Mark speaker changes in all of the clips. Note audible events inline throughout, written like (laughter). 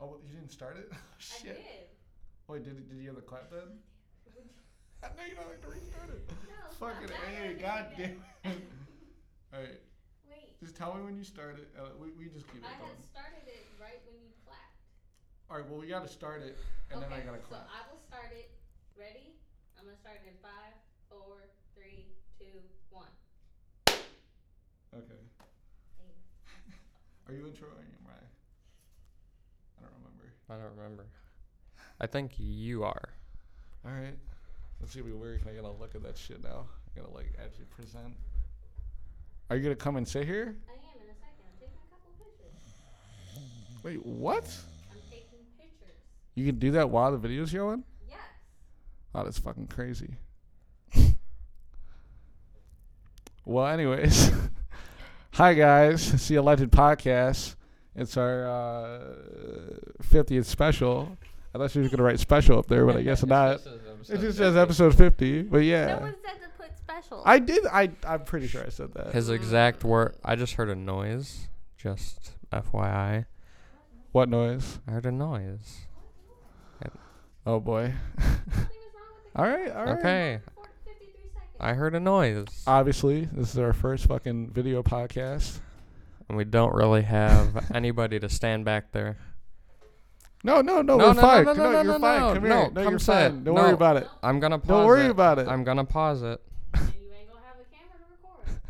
Speaker 1: Oh, well, you didn't start it? (laughs) Shit.
Speaker 2: I (laughs) did.
Speaker 1: Wait, did, did you hear the clap
Speaker 2: (laughs)
Speaker 1: then? I know you don't like to restart it.
Speaker 2: Oh, No,
Speaker 1: Fucking
Speaker 2: stop.
Speaker 1: A, god damn it. (laughs) Alright,
Speaker 2: Wait.
Speaker 1: just tell me when you start it. Uh, we, we just keep
Speaker 2: I
Speaker 1: it going.
Speaker 2: had started it right when you clapped.
Speaker 1: Alright, well, we gotta start it, and then I gotta clap.
Speaker 2: So I will start it. Ready? I'm gonna start it in five, four, three, two, one.
Speaker 1: okay. (laughs) Are you introing him, Ryan? I don't remember.
Speaker 3: I don't remember. I think you are.
Speaker 1: Alright. That's gonna be weird. 'cause I gotta look at that shit now. I gotta, like, actually present. Are you gonna come and sit here?
Speaker 2: I am in a second. I'm taking a couple pictures.
Speaker 1: Wait, what?
Speaker 2: I'm taking pictures.
Speaker 1: You can do that while the video's going?
Speaker 2: Yes.
Speaker 1: Oh, that's fucking crazy. well, anyways, (laughs) hi guys, (laughs) it's the Elected Podcast. It's our uh, fiftieth special. I thought she was gonna write special up there, but I (laughs) guess not. It just says episode fifty, but yeah,
Speaker 2: said to put special.
Speaker 1: I did. I I'm pretty sure I said that.
Speaker 3: His exact word. I just heard a noise. Just FYI,
Speaker 1: What noise?
Speaker 3: I heard a noise.
Speaker 1: Oh boy.
Speaker 2: Something was wrong with the
Speaker 1: All right. All right.
Speaker 3: Okay,
Speaker 2: four- 53 seconds.
Speaker 3: I heard a noise.
Speaker 1: Obviously, this is our first fucking video podcast.
Speaker 3: And we don't really have (laughs) anybody to stand back there.
Speaker 1: No, no, no.
Speaker 3: No,
Speaker 1: we're
Speaker 3: no, no,
Speaker 1: fine.
Speaker 3: no, no,
Speaker 1: you're
Speaker 3: no,
Speaker 1: fine.
Speaker 3: no,
Speaker 1: come
Speaker 3: no,
Speaker 1: here. No,
Speaker 3: come
Speaker 1: you're
Speaker 3: sit.
Speaker 1: fine. Don't
Speaker 3: No.
Speaker 1: worry about it.
Speaker 3: I'm gonna pause.
Speaker 1: Don't worry
Speaker 3: it.
Speaker 1: about it.
Speaker 3: I'm gonna pause it.
Speaker 2: and you ain't gonna have a camera to record.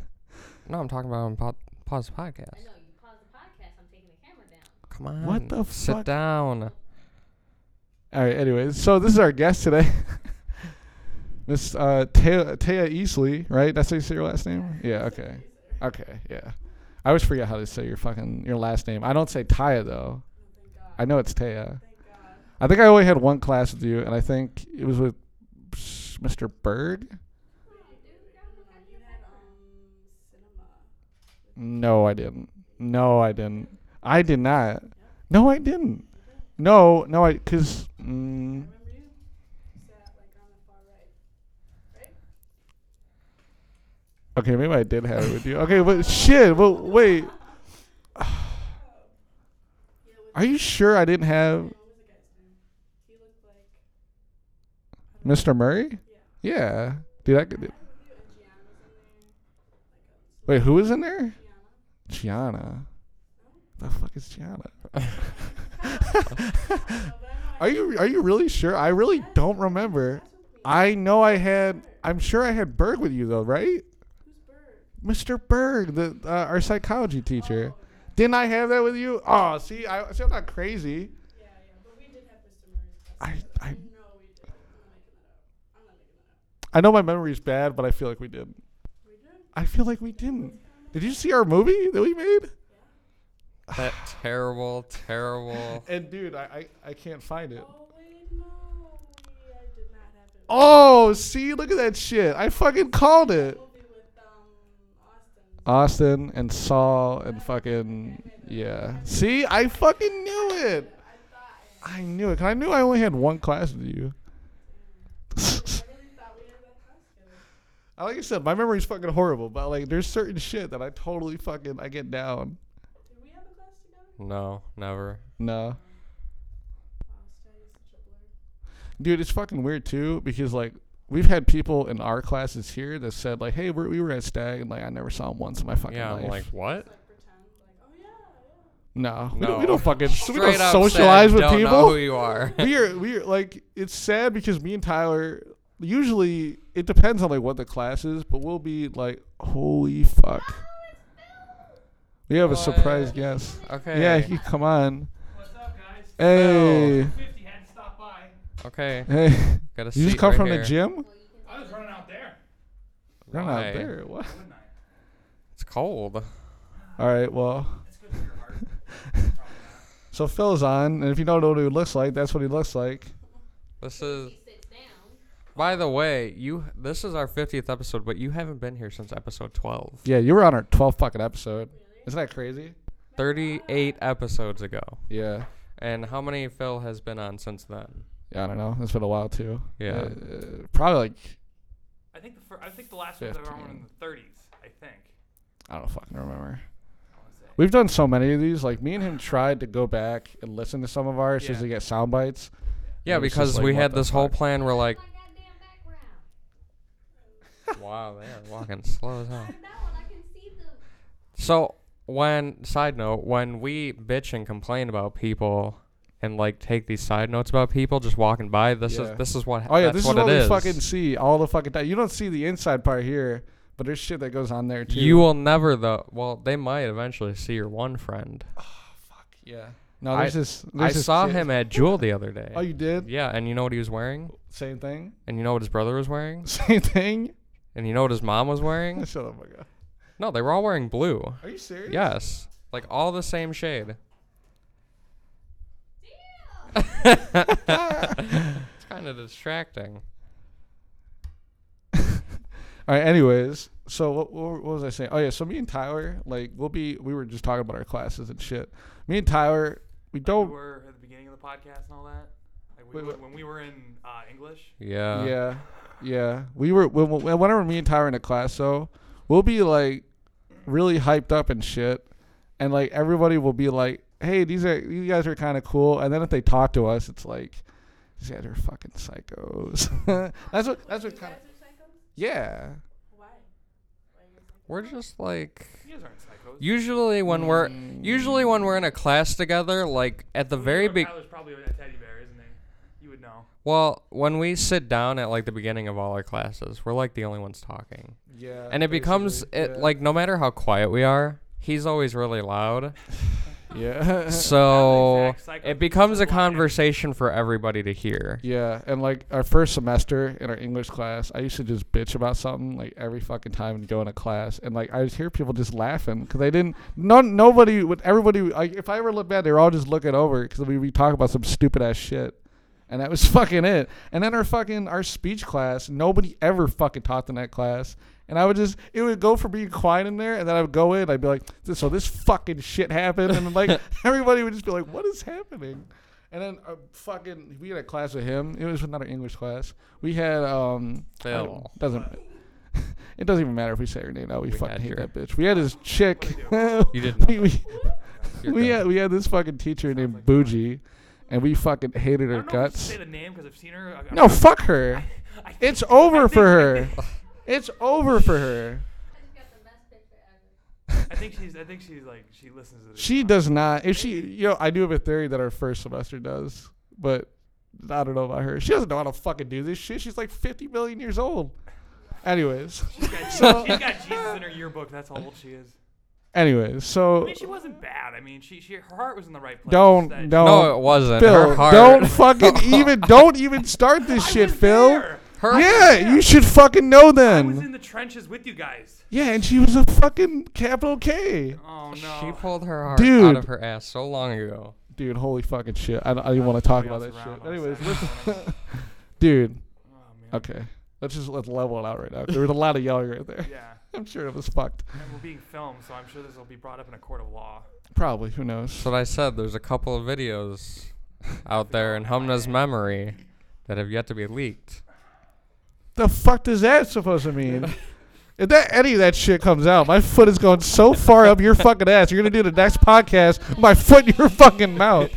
Speaker 3: No, I'm talking about on po- pause the
Speaker 2: I
Speaker 3: podcast.
Speaker 2: know you paused the podcast. I'm taking the camera down.
Speaker 3: Come on.
Speaker 1: What the fuck? (sighs)
Speaker 3: Sit down.
Speaker 1: All right. Anyways, so this is our guest today, (laughs) Miss uh, Taya, Taya Easley. Right? That's how you say your last name. Yeah.
Speaker 2: (laughs)
Speaker 1: Okay. Okay. Yeah. I always forget how to say your fucking your last name. I don't say Taya though. I know it's Taya. I think I only had one class with you, and I think it was with Mr. Berg.
Speaker 4: You had um cinema.
Speaker 1: No, I didn't. No, I didn't. I did not. No, I didn't. No, no, I because.
Speaker 4: I
Speaker 1: Mm,
Speaker 4: remember you sat like on the far right.
Speaker 1: Okay, maybe I did have it with you. (laughs) Okay, but shit. Well, wait.
Speaker 4: Yeah, it was,
Speaker 1: Are you sure I didn't have
Speaker 4: no, what was the guy's name? He looked like
Speaker 1: Mr. Murray?
Speaker 4: yeah.
Speaker 1: Yeah. Dude, I could.
Speaker 4: I was with you and Gianna was in there. Like um some
Speaker 1: Wait, who was in there?
Speaker 4: Gianna.
Speaker 1: Gianna. The fuck is
Speaker 4: (laughs)
Speaker 1: Gianna?
Speaker 4: No, but I know I
Speaker 1: Are you are you really sure? I really don't remember.
Speaker 4: that's with me.
Speaker 1: I know I had. I'm sure I had Berg with you though, right?
Speaker 4: Who's Bird?
Speaker 1: Mr. Berg, the uh, our psychology teacher.
Speaker 4: Oh.
Speaker 1: Didn't I have that with you? Oh, see, I see, I'm not crazy.
Speaker 4: Yeah, yeah. But we did have Mr. Murray's class.
Speaker 1: I I
Speaker 4: No, we did. I'm not making that up. I'm not making that up.
Speaker 1: I know my memory's bad, but I feel like we did.
Speaker 4: We did?
Speaker 1: I feel like we didn't. Did you see our movie that we made?
Speaker 3: That terrible, terrible.
Speaker 1: And dude, I, I, I can't find it.
Speaker 4: Oh wait, no. We, I did not have it.
Speaker 1: Oh, see, look at that shit. I fucking called it.
Speaker 4: movie with um Austin.
Speaker 1: Austin and Saul and fucking yeah. See, I fucking knew it.
Speaker 4: I thought I,
Speaker 1: I knew it. 'cause I knew I only had one class with you.
Speaker 4: I really thought we had that class together.
Speaker 1: I- like I said, my memory's fucking horrible, but like there's certain shit that I totally fucking I get down.
Speaker 4: Did we have a class together?
Speaker 3: No, never.
Speaker 1: No.
Speaker 4: Wow, Stan is such a blur.
Speaker 1: Dude, it's fucking weird too because like we've had people in our classes here that said like, "Hey, we're, we were at Stag," and like I never saw him once in my fucking
Speaker 3: yeah,
Speaker 1: life.
Speaker 3: I'm like, what?
Speaker 4: Like pretend, like oh yeah, yeah.
Speaker 1: no, We, don't, we
Speaker 3: No.
Speaker 1: don't fucking we don't
Speaker 3: Straight up
Speaker 1: socialize
Speaker 3: said,
Speaker 1: with
Speaker 3: don't
Speaker 1: people.
Speaker 3: Know who you are?
Speaker 1: (laughs) we are we are like it's sad because me and Tyler usually it depends on like what the class is, but we'll be like, holy fuck. We have a surprise
Speaker 3: What?
Speaker 1: guest.
Speaker 3: okay.
Speaker 1: Yeah, he come on.
Speaker 5: What's up, guys?
Speaker 1: Eh. Hey,
Speaker 5: 50 had to stop by.
Speaker 3: okay.
Speaker 1: hey.
Speaker 3: Got a
Speaker 1: You just
Speaker 3: seat
Speaker 1: come
Speaker 3: right
Speaker 1: from
Speaker 3: here.
Speaker 1: the gym?
Speaker 2: Well, you can
Speaker 5: I was running out there,
Speaker 1: You're not
Speaker 3: Why?
Speaker 1: there. What?
Speaker 5: wouldn't I?
Speaker 3: It's cold.
Speaker 1: All right. Well, (laughs)
Speaker 5: It's good for your heart.
Speaker 1: so Phil's on, and if you don't know what he looks like, that's what he looks like.
Speaker 3: This is.
Speaker 2: she sits down.
Speaker 3: By the way, you. This is our 50th episode, but you haven't been here since episode 12.
Speaker 1: Yeah, you were on our 12th fucking episode. Isn't that crazy?
Speaker 3: 38 episodes ago.
Speaker 1: Yeah.
Speaker 3: And how many Phil has been on since then?
Speaker 1: Yeah, I don't know. It's been a while too.
Speaker 3: Yeah.
Speaker 1: Uh, probably like
Speaker 5: I think the fir- I think the last ones I were on were in the 30s. I think.
Speaker 1: I don't fucking remember.
Speaker 5: I want to say.
Speaker 1: We've done so many of these. Like me and him tried to go back and listen to some of ours just
Speaker 5: Yeah.
Speaker 1: to get sound bites.
Speaker 3: Yeah,
Speaker 1: It was just
Speaker 3: because
Speaker 1: like,
Speaker 3: we
Speaker 1: what
Speaker 3: had
Speaker 1: the
Speaker 3: this whole
Speaker 1: fuck?
Speaker 3: plan.
Speaker 1: (laughs)
Speaker 3: We're like,
Speaker 2: Oh My goddamn background.
Speaker 3: wow, they are walking slow as hell.
Speaker 2: I know, and I can see the.
Speaker 3: So when side note, when we bitch and complain about people and like take these side notes about people just walking by, this
Speaker 1: Yeah.
Speaker 3: is this is what
Speaker 1: Oh yeah,
Speaker 3: that's
Speaker 1: this is
Speaker 3: what
Speaker 1: what
Speaker 3: it
Speaker 1: we
Speaker 3: is.
Speaker 1: fucking see all the fucking time. You don't see the inside part here, but there's shit that goes on there too.
Speaker 3: you will never though. Well, they might eventually see your one friend.
Speaker 1: yeah. No,
Speaker 3: I-
Speaker 1: there's this.
Speaker 3: I
Speaker 1: There's this
Speaker 3: saw
Speaker 1: kid-
Speaker 3: him at Jewel the other day.
Speaker 1: Oh, you did?
Speaker 3: Yeah, and you know what he was wearing?
Speaker 1: Same thing. (laughs)
Speaker 3: And you know what his brother was wearing?
Speaker 1: Same thing. (laughs)
Speaker 3: And you know what his mom was wearing?
Speaker 1: Shut up, my god.
Speaker 3: No, they were all wearing blue.
Speaker 1: Are you serious?
Speaker 3: Yes. Like all the same shade. (laughs)
Speaker 2: Damn!
Speaker 3: It's kind of distracting.
Speaker 1: All right. Anyways, so what, what, what was I saying? Oh yeah. So me and Tyler, like, we'll be. We were just talking about our classes and shit. Me and Tyler, we
Speaker 5: We
Speaker 1: don't.
Speaker 5: were at the beginning of the podcast and all that. Like we,
Speaker 1: Wait,
Speaker 5: were-
Speaker 1: what?
Speaker 5: when we were in uh, English.
Speaker 3: Yeah.
Speaker 1: yeah. Yeah. We were. When, when- whenever me and Tyler in a class, though, we'll be like really hyped up and shit, and like everybody will be like, "Hey, these are you guys are kind of cool." And then if they talk to us, it's like. These guys are fucking psychos. (laughs) that's what. That's
Speaker 4: You
Speaker 1: what kind of.
Speaker 4: guys are psychos?
Speaker 1: Yeah.
Speaker 4: Why? Why are you psychos?
Speaker 3: We're just like
Speaker 5: You guys aren't psychos.
Speaker 3: usually when we're
Speaker 1: Mm.
Speaker 3: usually when we're in a class together, like at the
Speaker 5: Well,
Speaker 3: very
Speaker 5: you know
Speaker 3: big
Speaker 5: Tyler's probably a teddy bear, isn't he? You would know.
Speaker 3: well, when we sit down at like the beginning of all our classes, we're like the only ones talking.
Speaker 1: Yeah.
Speaker 3: And it becomes
Speaker 1: basically,
Speaker 3: it
Speaker 1: yeah.
Speaker 3: like no matter how quiet we are, he's always really
Speaker 5: (laughs)
Speaker 3: loud. (laughs)
Speaker 1: Yeah. (laughs)
Speaker 3: So
Speaker 5: exact cycle
Speaker 3: it becomes a
Speaker 5: of life.
Speaker 3: conversation for everybody to hear.
Speaker 1: Yeah, and like our first semester in our English class, I used to just bitch about something like every fucking time and go into class, and like I would hear people just laughing because they didn't. None, nobody would. Everybody, like, if I ever look back, they were all just looking over because we we talk about some stupid ass shit, and that was (laughs) fucking it. And then our fucking our speech class, nobody ever fucking talked in that class. And I would just, it would go from being quiet in there, and then I would go in, I'd be like, "This- so this fucking shit happened. And like, (laughs) everybody would just be like, what is happening? And then uh, fucking, we had a class with him. It was another English class. We had um, I don't-
Speaker 3: Phil.
Speaker 1: doesn't (laughs) it doesn't even matter if we say her name. No, we,
Speaker 3: We
Speaker 1: fucking
Speaker 3: had
Speaker 1: hate
Speaker 3: your-
Speaker 1: that bitch. We had this chick. (laughs)
Speaker 3: You did
Speaker 1: we, we,
Speaker 3: You're
Speaker 1: we
Speaker 3: good.
Speaker 1: had we had this fucking teacher named Bougie, and we fucking hated
Speaker 5: I
Speaker 1: her
Speaker 5: don't know if we
Speaker 1: guts.
Speaker 5: should say the name because I've seen her. I- I-
Speaker 1: No, fuck her.
Speaker 5: (laughs) I think-
Speaker 1: It's over
Speaker 5: I
Speaker 1: for her.
Speaker 5: (laughs) think-
Speaker 1: It's over for her.
Speaker 2: I just got the best picture ever.
Speaker 5: I think she's. I think she's like she listens to this.
Speaker 1: She
Speaker 5: podcast.
Speaker 1: does not. If she, yo, I do have a theory that our first semester does, but I don't know about her. She doesn't know how to fucking do this shit. She's like 50 million years old. Anyways,
Speaker 5: She's
Speaker 1: (laughs)
Speaker 5: got,
Speaker 1: So-
Speaker 5: she's got Jesus in her yearbook. That's how old she is.
Speaker 1: anyways,
Speaker 5: I
Speaker 1: so
Speaker 5: mean, she wasn't bad. I mean, she, she her heart was in the right place.
Speaker 1: don't,
Speaker 5: It's that-
Speaker 1: don't,
Speaker 3: No, it wasn't.
Speaker 1: Phil,
Speaker 3: her heart.
Speaker 1: don't fucking
Speaker 5: (laughs)
Speaker 1: even, don't even start this
Speaker 5: I
Speaker 1: shit,
Speaker 5: was
Speaker 1: Phil.
Speaker 5: there.
Speaker 3: (laughs) Her
Speaker 1: Yeah, you should fucking know
Speaker 5: I was
Speaker 1: then.
Speaker 5: in the trenches with you guys.
Speaker 1: Yeah, and she was a fucking capital K.
Speaker 5: Oh no.
Speaker 3: She pulled her heart out
Speaker 1: Dude.
Speaker 3: of her ass so long ago.
Speaker 1: Dude, holy fucking shit. I don't, I didn't want to talk about that
Speaker 5: Somebody else
Speaker 1: shit.
Speaker 5: around on
Speaker 1: Anyways,
Speaker 5: Saturday
Speaker 1: listen.
Speaker 5: morning.
Speaker 1: (laughs) Dude,
Speaker 5: Oh, man.
Speaker 1: okay. Let's just let's level it out right now. There was a lot of yelling right there. (laughs)
Speaker 5: Yeah,
Speaker 1: I'm sure it was fucked.
Speaker 5: and we're being filmed, so I'm sure this will be brought up in a court of law.
Speaker 1: Probably. Who knows?
Speaker 3: That's what I said. There's a couple of videos out there in Humna's memory that have yet to be leaked.
Speaker 1: The fuck does that supposed to
Speaker 3: (laughs)
Speaker 1: mean? If that any of that shit comes out, my foot is going so far up your fucking ass. You're gonna do the next podcast, my foot in your fucking mouth.
Speaker 2: Uh,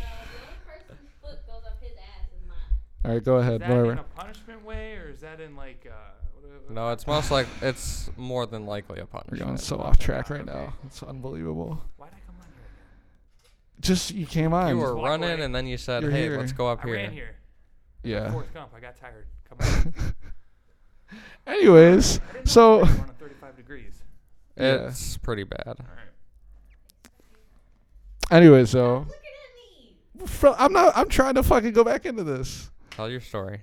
Speaker 2: the only person's foot goes up his ass is mine.
Speaker 1: All right, go
Speaker 5: Is
Speaker 1: ahead.
Speaker 5: that in
Speaker 1: Whatever.
Speaker 5: a punishment way, or is that in like? Uh, what- what-
Speaker 3: No, it's most like it's more than likely a
Speaker 1: We're going
Speaker 3: punishment.
Speaker 1: so off track right now. It's unbelievable.
Speaker 5: Why'd I come on here?
Speaker 1: Just you came on.
Speaker 3: You were
Speaker 5: walk
Speaker 3: running
Speaker 5: away.
Speaker 3: and then you said,
Speaker 1: You're
Speaker 3: "Hey,
Speaker 1: here.
Speaker 3: let's go up
Speaker 5: I
Speaker 3: here."
Speaker 5: ran here.
Speaker 1: yeah.
Speaker 5: Forrest Gump. I got tired. Come
Speaker 1: (laughs)
Speaker 5: on.
Speaker 1: Anyways,
Speaker 5: I didn't know
Speaker 1: So-
Speaker 5: you guys were on at 35 degrees.
Speaker 1: Yeah.
Speaker 3: It's pretty bad.
Speaker 5: All right.
Speaker 1: anyways, so
Speaker 3: Oh.
Speaker 2: Look at me.
Speaker 1: Fro- I'm not. I'm trying to fucking go back into this.
Speaker 3: Tell your story.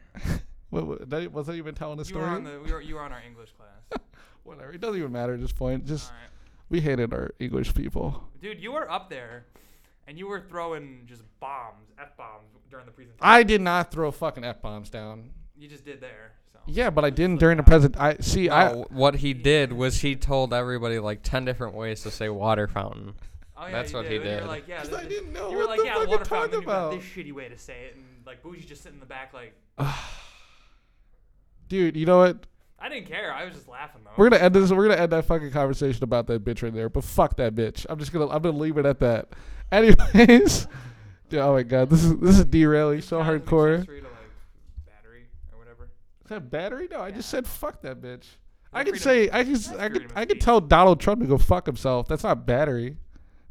Speaker 1: What, what, that, wasn't even telling the
Speaker 5: You were on
Speaker 1: story.
Speaker 5: the. We were, you were on our English class.
Speaker 1: Whatever. It doesn't even matter at this point. Just
Speaker 5: All right.
Speaker 1: we hated our English people.
Speaker 5: Dude, you were up there, and you were throwing just bombs, f bombs during the presentation.
Speaker 1: I did not throw fucking f bombs down.
Speaker 5: You just did there. So.
Speaker 1: Yeah, but I didn't during the present. I see.
Speaker 3: No, what he did was he told everybody like ten different ways to say water fountain.
Speaker 5: Oh, yeah,
Speaker 3: That's
Speaker 5: you
Speaker 3: what
Speaker 5: did.
Speaker 3: he
Speaker 5: and you were
Speaker 3: did.
Speaker 5: like, yeah,
Speaker 1: 'Cause
Speaker 5: this-
Speaker 1: I
Speaker 5: this-
Speaker 1: didn't know
Speaker 5: You were
Speaker 1: what
Speaker 5: like,
Speaker 1: the
Speaker 5: yeah,
Speaker 1: fuck
Speaker 5: water
Speaker 1: you're
Speaker 5: fountain. Then
Speaker 1: talking
Speaker 5: you got this
Speaker 1: about.
Speaker 5: shitty way to say it, and like Bougie's just sitting in the back, like,
Speaker 1: I, dude, you know what?
Speaker 5: I didn't care. I was just laughing though.
Speaker 1: We're gonna end this. We're gonna end that fucking conversation about that bitch right there. But fuck that bitch. I'm just gonna. I'm gonna leave it at that. (laughs) Anyways, dude, oh my god, this is this is derailing so
Speaker 5: Kind of an
Speaker 1: hardcore.
Speaker 5: accessory to, like, battery or whatever.
Speaker 1: Is that battery? No, I just said fuck that bitch. I
Speaker 5: Well,
Speaker 1: could
Speaker 5: freedom-
Speaker 1: say I could s-
Speaker 5: that's
Speaker 1: I could
Speaker 5: freedom of
Speaker 1: I could
Speaker 5: speech.
Speaker 1: tell Donald Trump to go fuck himself. That's not battery.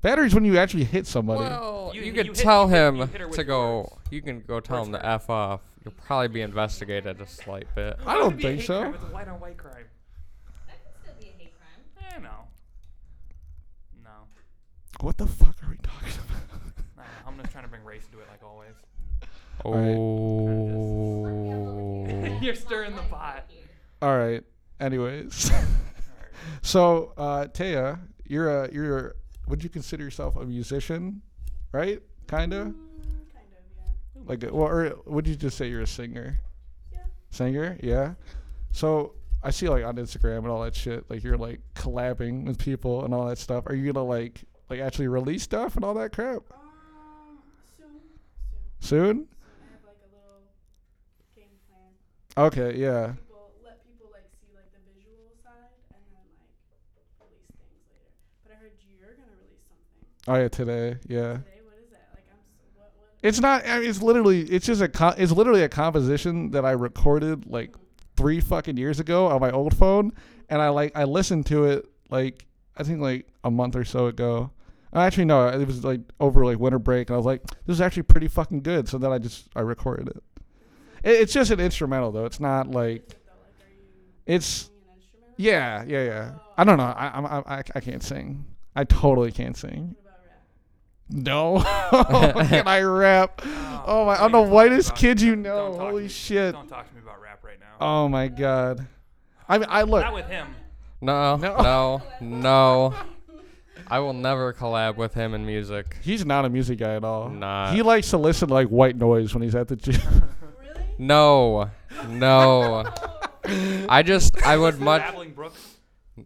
Speaker 1: Battery's when you actually hit somebody.
Speaker 3: Well,
Speaker 5: You-
Speaker 3: you,
Speaker 5: you
Speaker 3: could
Speaker 5: hit-
Speaker 3: tell
Speaker 5: you hit- you
Speaker 3: him
Speaker 5: hit her with
Speaker 3: to
Speaker 5: your
Speaker 3: go.
Speaker 5: words.
Speaker 3: You can go tell him
Speaker 5: Words
Speaker 3: to f off. You'll probably be investigated a slight bit.
Speaker 1: I
Speaker 5: It
Speaker 1: don't
Speaker 5: could be a
Speaker 1: think
Speaker 5: hate
Speaker 1: so.
Speaker 5: Crime. It's a white on white crime.
Speaker 2: That could still be a hate crime.
Speaker 5: Eh, no. No.
Speaker 1: What the fuck are we talking
Speaker 5: No,
Speaker 1: about? (laughs)
Speaker 5: I'm just trying to bring race into it like always.
Speaker 1: Alright.
Speaker 3: Oh.
Speaker 5: (laughs) You're stirring the pot.
Speaker 1: All right. Anyways, (laughs)
Speaker 5: Alright.
Speaker 1: so uh, Taya, you're a you're would you consider yourself a musician, right?
Speaker 2: Mm,
Speaker 1: Kinda
Speaker 4: Kind of, yeah.
Speaker 1: like well, or would you just say you're a singer?
Speaker 4: Yeah.
Speaker 1: Singer, yeah. So I see like on Instagram and all that shit, like you're like collabing with people and all that stuff. Are you gonna like like actually release stuff and all that crap
Speaker 4: Um, soon, soon.
Speaker 1: soon?
Speaker 4: I have like a little game plan.
Speaker 1: Okay, yeah.
Speaker 4: People let people like see like the visual side and then like release things later. But I heard you're gonna release something
Speaker 1: Oh yeah, today, yeah.
Speaker 4: today. What is that? Like I'm. s what what?
Speaker 1: It's not. I mean, it's literally. It's just a. Co- it's literally a composition that I recorded like three fucking years ago on my old phone, and I like I listened to it like I think like a month or so ago. Uh, Actually, no, it was like over like winter break, and I was like, this is actually pretty fucking good. So then I just I recorded it. it it's just an instrumental though. It's not like
Speaker 4: Is it though? Like are you
Speaker 1: it's
Speaker 4: playing an instrument? or
Speaker 1: yeah yeah yeah. I don't know. I I'm, I I- I can't sing. I totally can't sing.
Speaker 4: What about rap?
Speaker 1: No, (laughs) can I rap? Oh my!
Speaker 5: don't
Speaker 1: I'm the
Speaker 5: even talk
Speaker 1: whitest
Speaker 5: about-
Speaker 1: kid you
Speaker 5: don't-
Speaker 1: know.
Speaker 5: don't talk to
Speaker 1: Holy
Speaker 5: me-
Speaker 1: shit!
Speaker 5: Don't talk to me about rap right now.
Speaker 1: Oh my god! I mean, I look.
Speaker 5: Not with him.
Speaker 3: No,
Speaker 1: No.
Speaker 3: no, no. I will never collab with him in music.
Speaker 1: He's not a music guy at all.
Speaker 3: Nah.
Speaker 1: He likes to listen to like white noise when he's at the gym.
Speaker 4: Really?
Speaker 3: No,
Speaker 1: (laughs)
Speaker 3: no. I just, I would much.
Speaker 5: Babbling Brook.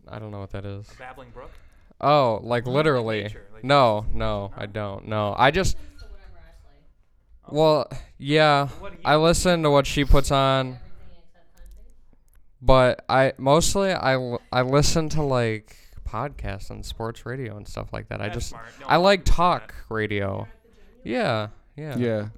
Speaker 3: I don't know what that is.
Speaker 5: Babbling Brook.
Speaker 3: Oh, like literally.
Speaker 5: nature, like-
Speaker 3: No, no, I don't. No, I just.
Speaker 2: So whatever I play.
Speaker 3: Well, yeah.
Speaker 5: What do you
Speaker 3: I listen to what she puts on.
Speaker 2: Everything except country.
Speaker 3: but I mostly I, l- I listen to like podcasts and sports radio and stuff like that. I
Speaker 5: That's
Speaker 3: just
Speaker 5: smart. No,
Speaker 3: I like
Speaker 5: listen to
Speaker 3: talk
Speaker 5: that.
Speaker 3: radio. Yeah, yeah,
Speaker 1: yeah.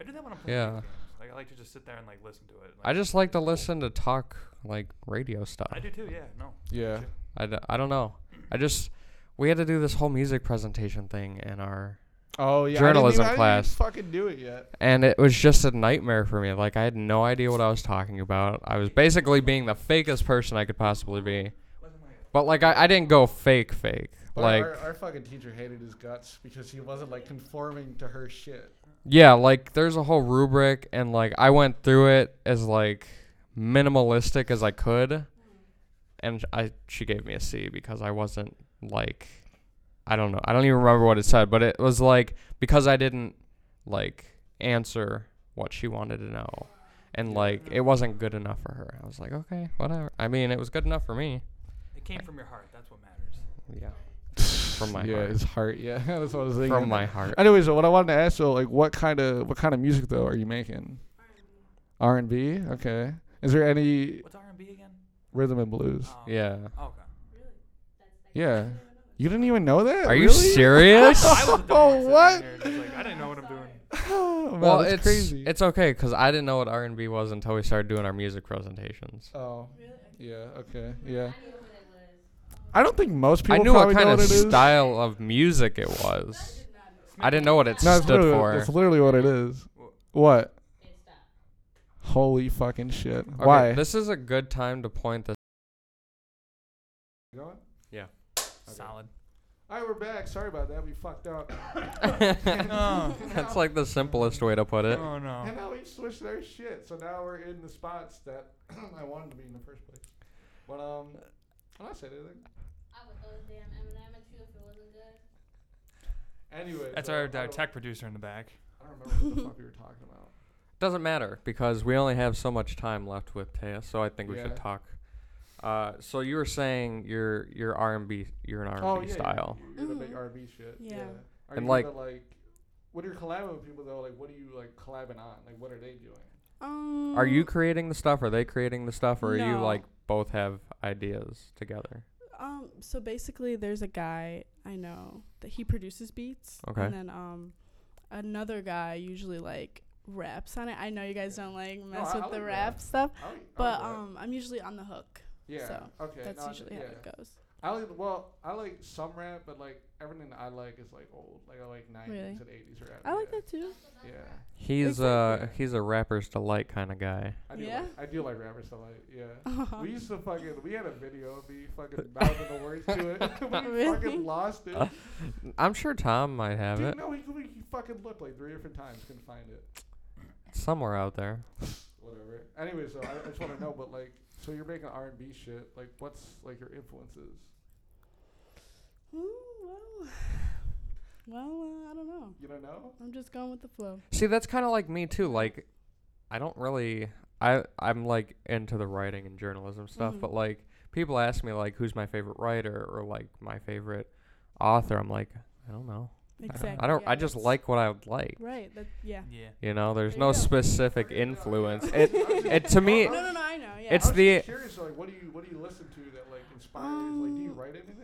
Speaker 5: I do that when I'm playing
Speaker 3: Yeah.
Speaker 5: video games. Like I like to just sit there and like listen to it.
Speaker 3: I just like to listen to talk like radio stuff.
Speaker 5: I do too. Yeah. No.
Speaker 1: Yeah.
Speaker 3: I, d- I don't know. I just we had to do this whole music presentation thing in our
Speaker 1: Oh yeah.
Speaker 3: Journalism
Speaker 1: I didn't even,
Speaker 3: class.
Speaker 1: I didn't even fucking do it yet.
Speaker 3: and it was just a nightmare for me. Like I had no idea what I was talking about. I was basically being the fakest person I could possibly be. But like I, I didn't go fake fake. Like
Speaker 1: our, our fucking teacher hated his guts because he wasn't like conforming to her shit.
Speaker 3: Yeah, like there's a whole rubric, and like I went through it as like minimalistic as I could, and I she gave me a C because I wasn't like I don't know I don't even remember what it said, but it was like because I didn't like answer what she wanted to know, and like it wasn't good enough for her. I was like, okay, whatever. I mean, it was good enough for me.
Speaker 5: It came from your heart. That's what matters.
Speaker 3: Yeah, from
Speaker 1: (laughs)
Speaker 3: my
Speaker 1: yeah,
Speaker 3: heart.
Speaker 1: his heart. Yeah, that's what I was thinking.
Speaker 3: from my heart.
Speaker 1: Anyways, so what I wanted to ask though, like, what kind of what kind of music though are you making? R and B. Okay. Is there any
Speaker 5: What's R&B again?
Speaker 1: rhythm and blues?
Speaker 5: Um,
Speaker 3: Yeah.
Speaker 5: Oh,
Speaker 3: (laughs)
Speaker 5: okay.
Speaker 1: Yeah. You didn't even know that?
Speaker 3: Are you
Speaker 1: Really? (laughs)
Speaker 3: serious?
Speaker 5: I was a dumbass
Speaker 1: Oh,
Speaker 5: sitting
Speaker 1: what?
Speaker 5: here just like, I didn't know what I'm doing.
Speaker 1: Oh, man,
Speaker 3: well,
Speaker 1: that's
Speaker 3: it's
Speaker 1: crazy.
Speaker 3: it's okay because I didn't know what R and B was until we started doing our music presentations.
Speaker 1: oh, yeah, okay, yeah.
Speaker 2: I knew what it was.
Speaker 1: I don't think most people.
Speaker 3: I knew what
Speaker 1: probably
Speaker 3: kind
Speaker 1: know
Speaker 3: of
Speaker 1: what it is.
Speaker 3: style of music it was. I didn't know what
Speaker 1: (laughs)
Speaker 3: it
Speaker 1: No, it's
Speaker 3: stood
Speaker 1: literally,
Speaker 3: for.
Speaker 1: it's literally what it is. What?
Speaker 2: It stopped.
Speaker 1: Holy fucking shit!
Speaker 3: Okay,
Speaker 1: Why?
Speaker 3: This is a good time to point
Speaker 1: (laughs)
Speaker 3: this. (laughs)
Speaker 5: Solid.
Speaker 1: All right, we're back. Sorry about that. We fucked up. (laughs)
Speaker 3: (laughs) That's like the simplest way to put it.
Speaker 5: Oh no.
Speaker 1: And now we switched their shit, so now we're in the spots that (clears throat) I wanted to be in the first place. But um, I'm not saying anything.
Speaker 2: I would throw this damn M&M at you if it wasn't good.
Speaker 1: Anyway,
Speaker 5: That's
Speaker 1: so
Speaker 5: our,
Speaker 1: I
Speaker 5: our
Speaker 1: don't-
Speaker 5: tech producer in the back.
Speaker 1: I don't remember what the fuck we were talking about.
Speaker 3: Doesn't matter because we only have so much time left with Taya, so I think we
Speaker 1: Yeah.
Speaker 3: should talk. Uh, so you were saying you're you're R and B, you're an R and B
Speaker 1: Oh, yeah,
Speaker 3: style.
Speaker 1: You're, you're the big
Speaker 4: Mhm.
Speaker 1: R&B shit.
Speaker 4: Yeah.
Speaker 1: Are
Speaker 3: And,
Speaker 1: you
Speaker 3: like-
Speaker 1: gonna, like, when you're collabing with people though, like, what are you like collabing on? Like, what are they doing?
Speaker 4: Um,
Speaker 3: Are
Speaker 1: Mm.
Speaker 3: you creating the stuff? Are they creating the stuff? Or are you
Speaker 4: No.
Speaker 3: like both have ideas together?
Speaker 4: Um. So basically, there's a guy I know that he produces beats.
Speaker 3: Okay.
Speaker 4: And then um, another guy usually like raps on it. I know you guys don't like mess
Speaker 1: I-
Speaker 4: with
Speaker 1: I
Speaker 4: the
Speaker 1: like
Speaker 4: rap
Speaker 1: rap.
Speaker 4: stuff,
Speaker 1: I like- I like
Speaker 4: but
Speaker 1: that.
Speaker 4: um, I'm usually on the hook.
Speaker 1: yeah,
Speaker 4: so,
Speaker 1: okay,
Speaker 4: That's
Speaker 1: no, I-
Speaker 4: usually how
Speaker 1: yeah.
Speaker 4: it goes.
Speaker 1: I like well, I like some rap, but like everything that I like is like old, like I like nineties
Speaker 4: Really?
Speaker 1: and eighties rap.
Speaker 4: I like
Speaker 1: yeah.
Speaker 4: that
Speaker 1: (laughs)
Speaker 4: too.
Speaker 1: Yeah,
Speaker 3: He's
Speaker 1: Exactly.
Speaker 3: uh he's a rappers delight kind of guy.
Speaker 1: I do.
Speaker 4: Yeah?
Speaker 1: Like, I do like rappers. So like, yeah.
Speaker 4: Uh-huh.
Speaker 1: We used to fucking. We had a video of me fucking mouthing the words to it. (laughs) we
Speaker 4: (laughs) Really?
Speaker 1: fucking lost it.
Speaker 3: I'm sure Tom might have
Speaker 1: Dude,
Speaker 3: it
Speaker 1: no, he, he fucking looked like three different times. Couldn't find it.
Speaker 3: somewhere out there.
Speaker 1: Whatever. Anyway, so I, I just want to know, but like, so you're making R and B shit. Like, what's like your influences?
Speaker 4: (laughs) Ooh, well, (sighs) well, uh, I don't know.
Speaker 1: You don't know?
Speaker 4: I'm just going with the flow.
Speaker 3: See, that's kind of like me too. Like, I don't really. I I'm like into the writing and journalism stuff,
Speaker 4: Mhm.
Speaker 3: but like people ask me like who's my favorite writer or like my favorite author. I'm like I don't know. I don't-
Speaker 4: Exactly.
Speaker 3: I don't.
Speaker 4: yeah,
Speaker 3: I just
Speaker 4: that's-
Speaker 3: like what I would like.
Speaker 4: Right. That. Yeah.
Speaker 5: Yeah.
Speaker 3: You know, there's
Speaker 4: There
Speaker 3: no
Speaker 4: you go.
Speaker 3: specific
Speaker 1: Okay, no,
Speaker 4: (laughs)
Speaker 3: influence.
Speaker 1: yeah.
Speaker 3: It
Speaker 1: I was just-
Speaker 3: it to me.
Speaker 1: I
Speaker 4: No,
Speaker 1: was-
Speaker 4: no, no. I know. Yeah.
Speaker 1: I
Speaker 3: It's
Speaker 1: was
Speaker 3: the-
Speaker 1: just curious. Like, what do you what do you listen to that like inspires? like, do you
Speaker 4: Um,
Speaker 1: write anything?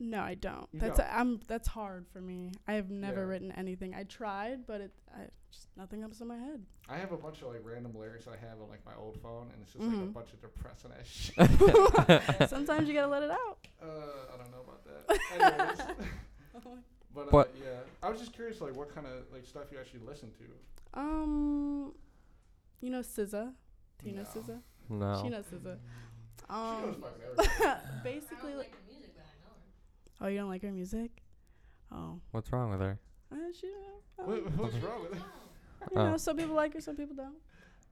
Speaker 4: No, I don't.
Speaker 1: You
Speaker 4: That's
Speaker 1: don't.
Speaker 4: a, I'm. That's hard for me. I have never
Speaker 1: Yeah.
Speaker 4: written anything. I tried, but it. I just nothing comes to my head. (laughs)
Speaker 1: I have a bunch of like random lyrics I have on like my old phone, and it's just like a
Speaker 4: Mhm.
Speaker 1: bunch of depressing ass shit.
Speaker 4: Sometimes you gotta let it out.
Speaker 1: uh, I don't know about that. Anyways, (laughs) but, uh,
Speaker 3: But-
Speaker 1: yeah, I was just curious, like what kind of like stuff you actually listen to.
Speaker 4: Um, you know SZA. Do you know
Speaker 1: No.
Speaker 4: SZA? She
Speaker 3: No.
Speaker 4: knows SZA.
Speaker 1: She knows
Speaker 4: Um, (laughs)
Speaker 1: fucking everything.
Speaker 2: I
Speaker 4: basically,
Speaker 2: don't
Speaker 4: like,
Speaker 2: like her music, but I know her.
Speaker 4: oh, you don't like her music? Oh,
Speaker 3: What's wrong with her?
Speaker 4: uh, she. uh,
Speaker 1: what, what's wrong
Speaker 4: (laughs)
Speaker 1: with it?
Speaker 4: you
Speaker 3: Oh.
Speaker 4: know,
Speaker 1: uh.
Speaker 4: some people like her, some people don't.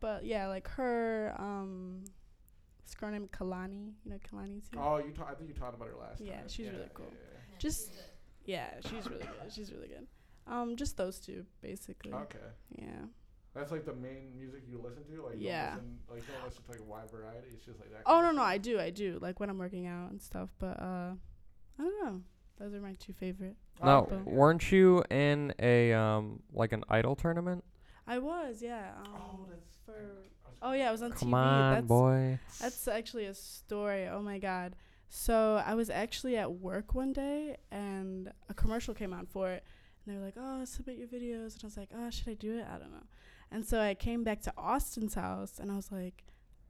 Speaker 4: But yeah, like her. Um, it's her name Kalani. You know Kalani too.
Speaker 1: Oh, you. Ta- I think you talked about her last
Speaker 4: Yeah,
Speaker 1: time.
Speaker 4: she's really cool.
Speaker 1: yeah, yeah.
Speaker 4: Just yeah, she's really good. She's really good. Um, just those two basically.
Speaker 1: Okay,
Speaker 4: Yeah.
Speaker 1: that's like the main music you listen to. Like you
Speaker 4: Yeah.
Speaker 1: Don't listen, like you don't listen to like a wide variety. It's just like that.
Speaker 4: Oh
Speaker 1: kind
Speaker 4: no
Speaker 1: of
Speaker 4: no,
Speaker 1: stuff.
Speaker 4: I do I do like when I'm working out and stuff. But uh, I don't know. Those are my two favorite.
Speaker 1: Oh,
Speaker 3: No.
Speaker 1: okay, yeah.
Speaker 3: Weren't you in a um like an idol tournament?
Speaker 4: I was yeah. Um,
Speaker 1: Oh, that's
Speaker 4: for
Speaker 1: I was-
Speaker 4: oh yeah, I was on
Speaker 3: Come
Speaker 4: TV.
Speaker 3: on,
Speaker 4: that's
Speaker 3: boy.
Speaker 4: that's actually a story. Oh my god. So I was actually at work one day and a commercial came on for it. And they were like, oh, submit your videos. And I was like, oh, should I do it? I don't know. And so I came back to Austin's house and I was like,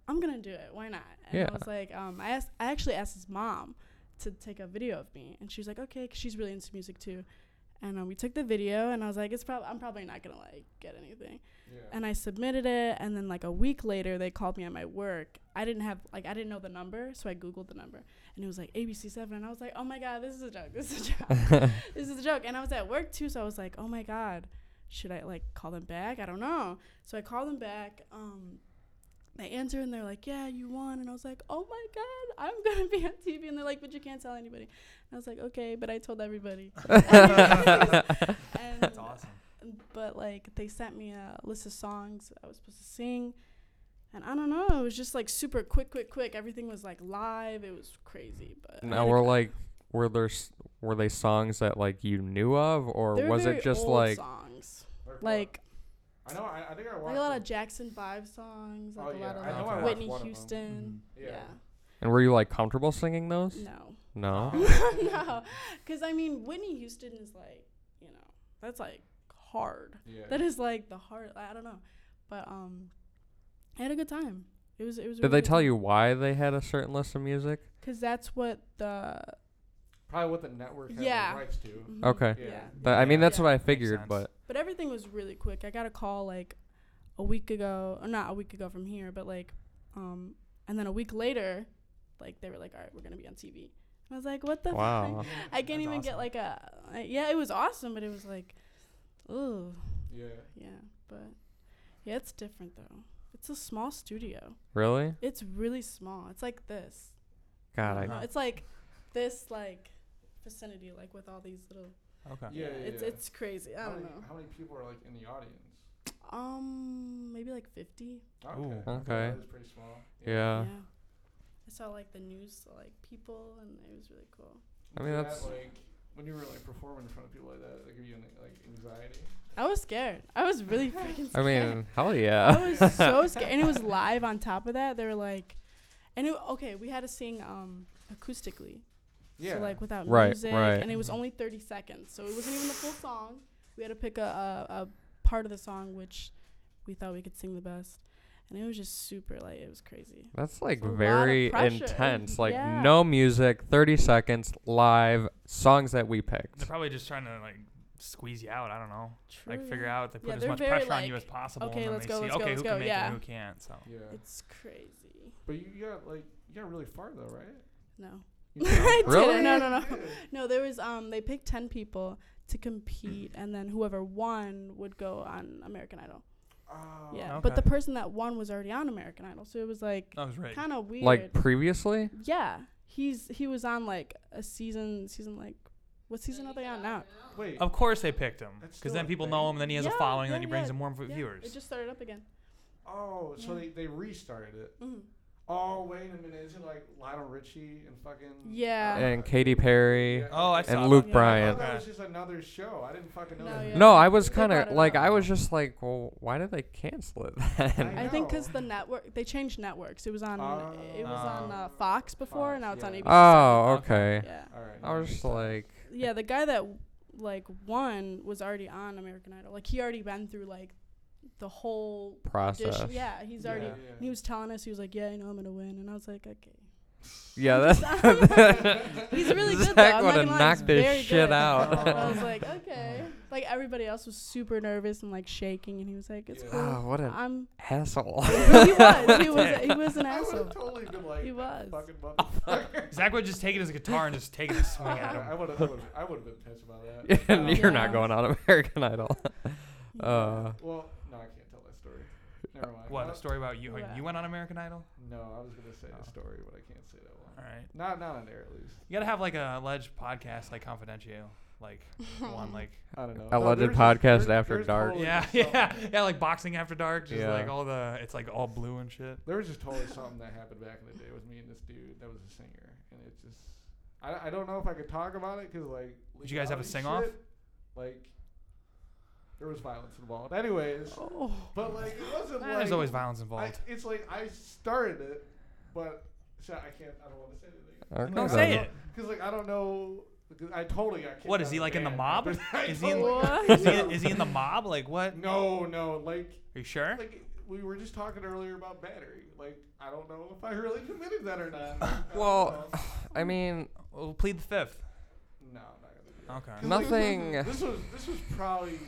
Speaker 4: I'm going to do it. Why not? And
Speaker 3: Yeah.
Speaker 4: I was like, um, I, asked, I actually asked his mom to take a video of me. And she was like, okay, 'cause she's really into music too. And uh, we took the video and I was like, it's prob- I'm probably not going to like get anything
Speaker 1: Yeah.
Speaker 4: and I submitted it and then like a week later they called me at my work. I didn't have like I didn't know the number, so I googled the number and it was like ABC7 and I was like, "Oh my god, this is a joke. This is a joke. this is a joke." And I was at work too, so I was like, "Oh my god, should I like call them back? I don't know." So I called them back um they answer and they're like, "Yeah, you won." And I was like, "Oh my god, I'm going to be on TV." And they're like, "But you can't tell anybody." And I was like, "Okay, but I told everybody." (laughs) And
Speaker 5: That's awesome.
Speaker 4: but like they sent me a list of songs I was supposed to sing, and I don't know. It was just like super quick, quick, quick. Everything was like live. It was crazy. But I
Speaker 3: Now
Speaker 4: had a
Speaker 3: we're
Speaker 4: gr-
Speaker 3: like, were there s- were they songs that like you knew of, or
Speaker 4: they were
Speaker 3: was
Speaker 4: very
Speaker 3: it just
Speaker 4: old
Speaker 3: like
Speaker 4: songs
Speaker 1: Or-
Speaker 4: like
Speaker 1: I know. I, I think I watched
Speaker 4: like a lot
Speaker 1: it.
Speaker 4: of Jackson Five songs, like
Speaker 1: Oh,
Speaker 4: a
Speaker 1: yeah.
Speaker 4: lot
Speaker 1: I
Speaker 4: of
Speaker 1: know
Speaker 4: like,
Speaker 1: I watched
Speaker 4: Whitney
Speaker 1: one of 'em. Mm-hmm.
Speaker 4: Houston.
Speaker 1: Yeah.
Speaker 3: And were you like comfortable singing those?
Speaker 4: No, (laughs)
Speaker 3: No.
Speaker 4: (gasps) no, because I mean Whitney Houston is like you know that's like hard.
Speaker 1: Yeah.
Speaker 4: That is like the hard. I don't know, but um, I had a good time. It was it was. a
Speaker 3: Did
Speaker 4: really
Speaker 3: they
Speaker 4: good
Speaker 3: tell
Speaker 4: time.
Speaker 3: you why they had a certain list of music?
Speaker 4: Cause that's what the
Speaker 1: Probably what the network has the
Speaker 4: Yeah.
Speaker 1: rights to.
Speaker 4: mhm,
Speaker 3: Okay.
Speaker 1: Yeah.
Speaker 4: yeah.
Speaker 3: Tha- I mean,
Speaker 4: Yeah.
Speaker 3: that's what I
Speaker 5: Makes
Speaker 3: figured,
Speaker 5: sense.
Speaker 3: but
Speaker 4: But everything was really quick. I got a call like a week ago, or not a week ago from here, but like, um, and then a week later, like they were like, "All right, we're gonna be on TV." And I was like, "What the?
Speaker 3: wow.
Speaker 4: Fuck? I can't
Speaker 5: That's
Speaker 4: even get
Speaker 5: awesome.
Speaker 4: like a. I- yeah, it was awesome, but it was like, ooh,
Speaker 1: Yeah.
Speaker 4: yeah. But yeah, it's different though. It's a small studio.
Speaker 3: Really?
Speaker 4: It's really small. It's like this.
Speaker 3: God, I
Speaker 5: Uh-huh.
Speaker 4: No, it's like this like vicinity, like with all these little.
Speaker 5: Uh-huh. Okay.
Speaker 1: Yeah, yeah,
Speaker 4: it's
Speaker 1: yeah.
Speaker 4: it's crazy. I
Speaker 1: how
Speaker 4: don't
Speaker 1: many,
Speaker 4: know.
Speaker 1: How many people are like in the audience?
Speaker 4: Um, maybe like 50.
Speaker 1: Okay.
Speaker 5: Ooh.
Speaker 1: I thought
Speaker 3: Okay.
Speaker 1: That was pretty small.
Speaker 3: yeah.
Speaker 4: I saw like the news, like people, and it was really cool.
Speaker 3: I mean,
Speaker 1: Is
Speaker 3: that's-
Speaker 1: that, like When you were like performing in front of people like that, like give you an, like anxiety.
Speaker 4: I was scared. I was (laughs) really freaking
Speaker 3: I
Speaker 4: scared.
Speaker 3: mean, hell yeah.
Speaker 4: I
Speaker 3: (laughs)
Speaker 4: was so scared. And it was live on top of that. They were like, and it, okay, we had to sing um acoustically. So like without
Speaker 3: Right,
Speaker 4: music,
Speaker 3: right.
Speaker 4: and it was only 30 seconds, so it wasn't even the full song. We had to pick a, a a part of the song which we thought we could sing the best, and it was just super like it was crazy.
Speaker 3: That's like
Speaker 4: a lot of
Speaker 3: very
Speaker 4: pressure.
Speaker 3: intense. Like
Speaker 4: Yeah.
Speaker 3: no music, 30 seconds live, songs that we picked.
Speaker 5: They're probably just trying to like squeeze you out. I don't know.
Speaker 4: True.
Speaker 5: like figure out they put
Speaker 4: Yeah,
Speaker 5: as
Speaker 4: they're
Speaker 5: much
Speaker 4: very,
Speaker 5: pressure on you
Speaker 4: like,
Speaker 5: as possible.
Speaker 4: okay,
Speaker 5: and then
Speaker 4: let's
Speaker 5: they
Speaker 4: go,
Speaker 5: see,
Speaker 4: let's go,
Speaker 5: okay,
Speaker 4: let's
Speaker 5: who
Speaker 4: go,
Speaker 5: can make it
Speaker 4: yeah.
Speaker 5: and who can't. So
Speaker 1: Yeah.
Speaker 4: It's crazy.
Speaker 1: But you got like you got really far though, right?
Speaker 4: No. (laughs)
Speaker 1: You
Speaker 4: I
Speaker 1: know?
Speaker 4: didn't.
Speaker 3: Really?
Speaker 1: (laughs)
Speaker 4: No, no, no.
Speaker 1: Yeah.
Speaker 4: No, there was um they picked 10 people to compete and then whoever won would go on American Idol.
Speaker 1: Oh.
Speaker 4: Yeah.
Speaker 5: okay.
Speaker 4: But the person that won was already on American Idol, so it was like
Speaker 5: that was right.
Speaker 4: kind of weird.
Speaker 3: Like previously?
Speaker 4: Yeah, he's he was on like a season season like what season are they on now?
Speaker 1: Wait.
Speaker 5: Of course they picked him
Speaker 1: That's
Speaker 5: because
Speaker 1: still
Speaker 5: then
Speaker 1: a
Speaker 5: people know
Speaker 1: thing.
Speaker 5: him. Then he has a
Speaker 4: Yeah,
Speaker 5: following.
Speaker 4: yeah,
Speaker 5: then he brings
Speaker 4: yeah,
Speaker 5: in more v-
Speaker 4: Yeah,
Speaker 5: viewers.
Speaker 4: It just started up again.
Speaker 1: Oh, so
Speaker 4: Yeah.
Speaker 1: they they restarted it.
Speaker 4: Mhm.
Speaker 1: Oh wait a minute, isn't it like Lionel Richie and fucking
Speaker 4: Yeah.
Speaker 3: And Katy Perry
Speaker 1: Yeah.
Speaker 5: oh, I saw.
Speaker 3: and
Speaker 5: that.
Speaker 3: Luke
Speaker 4: Yeah.
Speaker 1: I
Speaker 3: Bryant.
Speaker 1: thought
Speaker 5: Okay.
Speaker 1: that was just another show. I didn't fucking know.
Speaker 4: No,
Speaker 1: that.
Speaker 4: yeah.
Speaker 3: No, I was
Speaker 4: They
Speaker 3: kind
Speaker 4: brought
Speaker 3: of
Speaker 4: it
Speaker 3: like
Speaker 4: up.
Speaker 3: I was just like, well, why did they cancel it then?
Speaker 4: I think
Speaker 1: No.
Speaker 4: because the network they changed networks. It was on it was on uh,
Speaker 1: Oh.
Speaker 4: Fox before,
Speaker 1: Fox,
Speaker 4: now it's on
Speaker 1: yeah.
Speaker 4: ABC.
Speaker 3: (laughs) Oh,
Speaker 5: Okay.
Speaker 3: okay.
Speaker 4: Yeah,
Speaker 1: All right.
Speaker 3: I
Speaker 1: no,
Speaker 3: was
Speaker 1: makes
Speaker 3: just
Speaker 1: sense.
Speaker 3: like,
Speaker 4: yeah. The guy that like won was already on American Idol. Like he already been through like the whole audition.
Speaker 3: process. Yeah,
Speaker 4: Yeah, he's already.
Speaker 1: Yeah,
Speaker 4: and he was telling us he was like, yeah, you know, I'm gonna win, and I was like, okay.
Speaker 1: (laughs)
Speaker 3: that's
Speaker 4: (laughs) He's really good though.
Speaker 3: Zach
Speaker 4: I'm
Speaker 3: would have
Speaker 4: not gonna lie, he's
Speaker 3: knocked his
Speaker 4: very
Speaker 3: shit
Speaker 4: good.
Speaker 3: out.
Speaker 4: (laughs) I
Speaker 3: (laughs)
Speaker 4: was like, okay. Like everybody else was super nervous and like shaking, and he was like, it's
Speaker 1: Yeah.
Speaker 4: cool.
Speaker 3: (laughs) oh, what an
Speaker 4: I'm. (laughs)
Speaker 3: asshole. (laughs)
Speaker 4: He was. He was. He was
Speaker 1: (laughs)
Speaker 4: an
Speaker 1: I would
Speaker 4: asshole.
Speaker 1: have totally been like.
Speaker 4: He was.
Speaker 1: Fucking
Speaker 3: (laughs)
Speaker 1: motherfucker.
Speaker 5: Zach would just take his guitar and just take
Speaker 4: (laughs)
Speaker 5: a
Speaker 3: Oh,
Speaker 5: swing at
Speaker 1: (laughs) I
Speaker 5: him.
Speaker 1: would have. I would have been pissed about that.
Speaker 3: (laughs)
Speaker 1: Um,
Speaker 3: And you're not
Speaker 4: Yeah.
Speaker 3: going on American Idol. (laughs) Uh,
Speaker 1: Well, no, I can't tell that story. Never mind.
Speaker 5: What
Speaker 1: Uh,
Speaker 5: a story about you?
Speaker 4: What?
Speaker 5: You went on American Idol.
Speaker 1: No, I was gonna say
Speaker 5: Oh.
Speaker 1: a story, but I can't say that
Speaker 5: All
Speaker 1: one.
Speaker 5: right.
Speaker 1: Not not on air at least.
Speaker 5: You gotta have like a alleged podcast, like confidential, like
Speaker 4: (laughs)
Speaker 5: one, like
Speaker 1: I don't know.
Speaker 3: Alleged
Speaker 1: there's this-
Speaker 3: podcast
Speaker 1: there's-
Speaker 3: after
Speaker 1: there's
Speaker 3: dark.
Speaker 1: totally
Speaker 5: yeah,
Speaker 1: just something-
Speaker 5: (laughs) yeah, yeah, like boxing after dark, just
Speaker 3: Yeah.
Speaker 5: like all the, it's like all blue and shit.
Speaker 1: There was just totally something that happened back in the day with me and this dude that was a singer, and it just I, I don't know if I could talk about it because like
Speaker 5: Did you guys have a
Speaker 1: legality
Speaker 5: sing-off?
Speaker 1: shit, Like there was violence involved. Anyways,
Speaker 4: Oh.
Speaker 1: but like it wasn't
Speaker 5: Ah,
Speaker 1: like
Speaker 5: There's always violence
Speaker 1: I,
Speaker 5: involved.
Speaker 1: it's like I started it, but so I can't. I don't want to say anything
Speaker 3: okay.
Speaker 5: Don't
Speaker 1: I
Speaker 5: say
Speaker 1: don't
Speaker 5: it.
Speaker 1: Because like I don't know. because I totally got kicked
Speaker 5: What, is
Speaker 1: out
Speaker 5: he,
Speaker 1: of
Speaker 5: like, in the
Speaker 1: band (laughs)
Speaker 5: mob? (laughs)
Speaker 1: after that.
Speaker 5: Is he in-
Speaker 1: Totally.
Speaker 5: is, he, is
Speaker 1: (laughs)
Speaker 5: he in
Speaker 3: (laughs)
Speaker 5: the mob? Like what? Are
Speaker 1: No, no, like
Speaker 5: you sure?
Speaker 1: like we were just talking earlier about battery. Like I don't know if I really committed that or not. I don't
Speaker 3: (laughs) Well,
Speaker 1: know.
Speaker 3: I mean,
Speaker 5: We'll plead the fifth.
Speaker 1: no, I'm not gonna. do that.
Speaker 5: Okay.
Speaker 1: 'Cause, like,
Speaker 3: Nothing-
Speaker 1: this was this was probably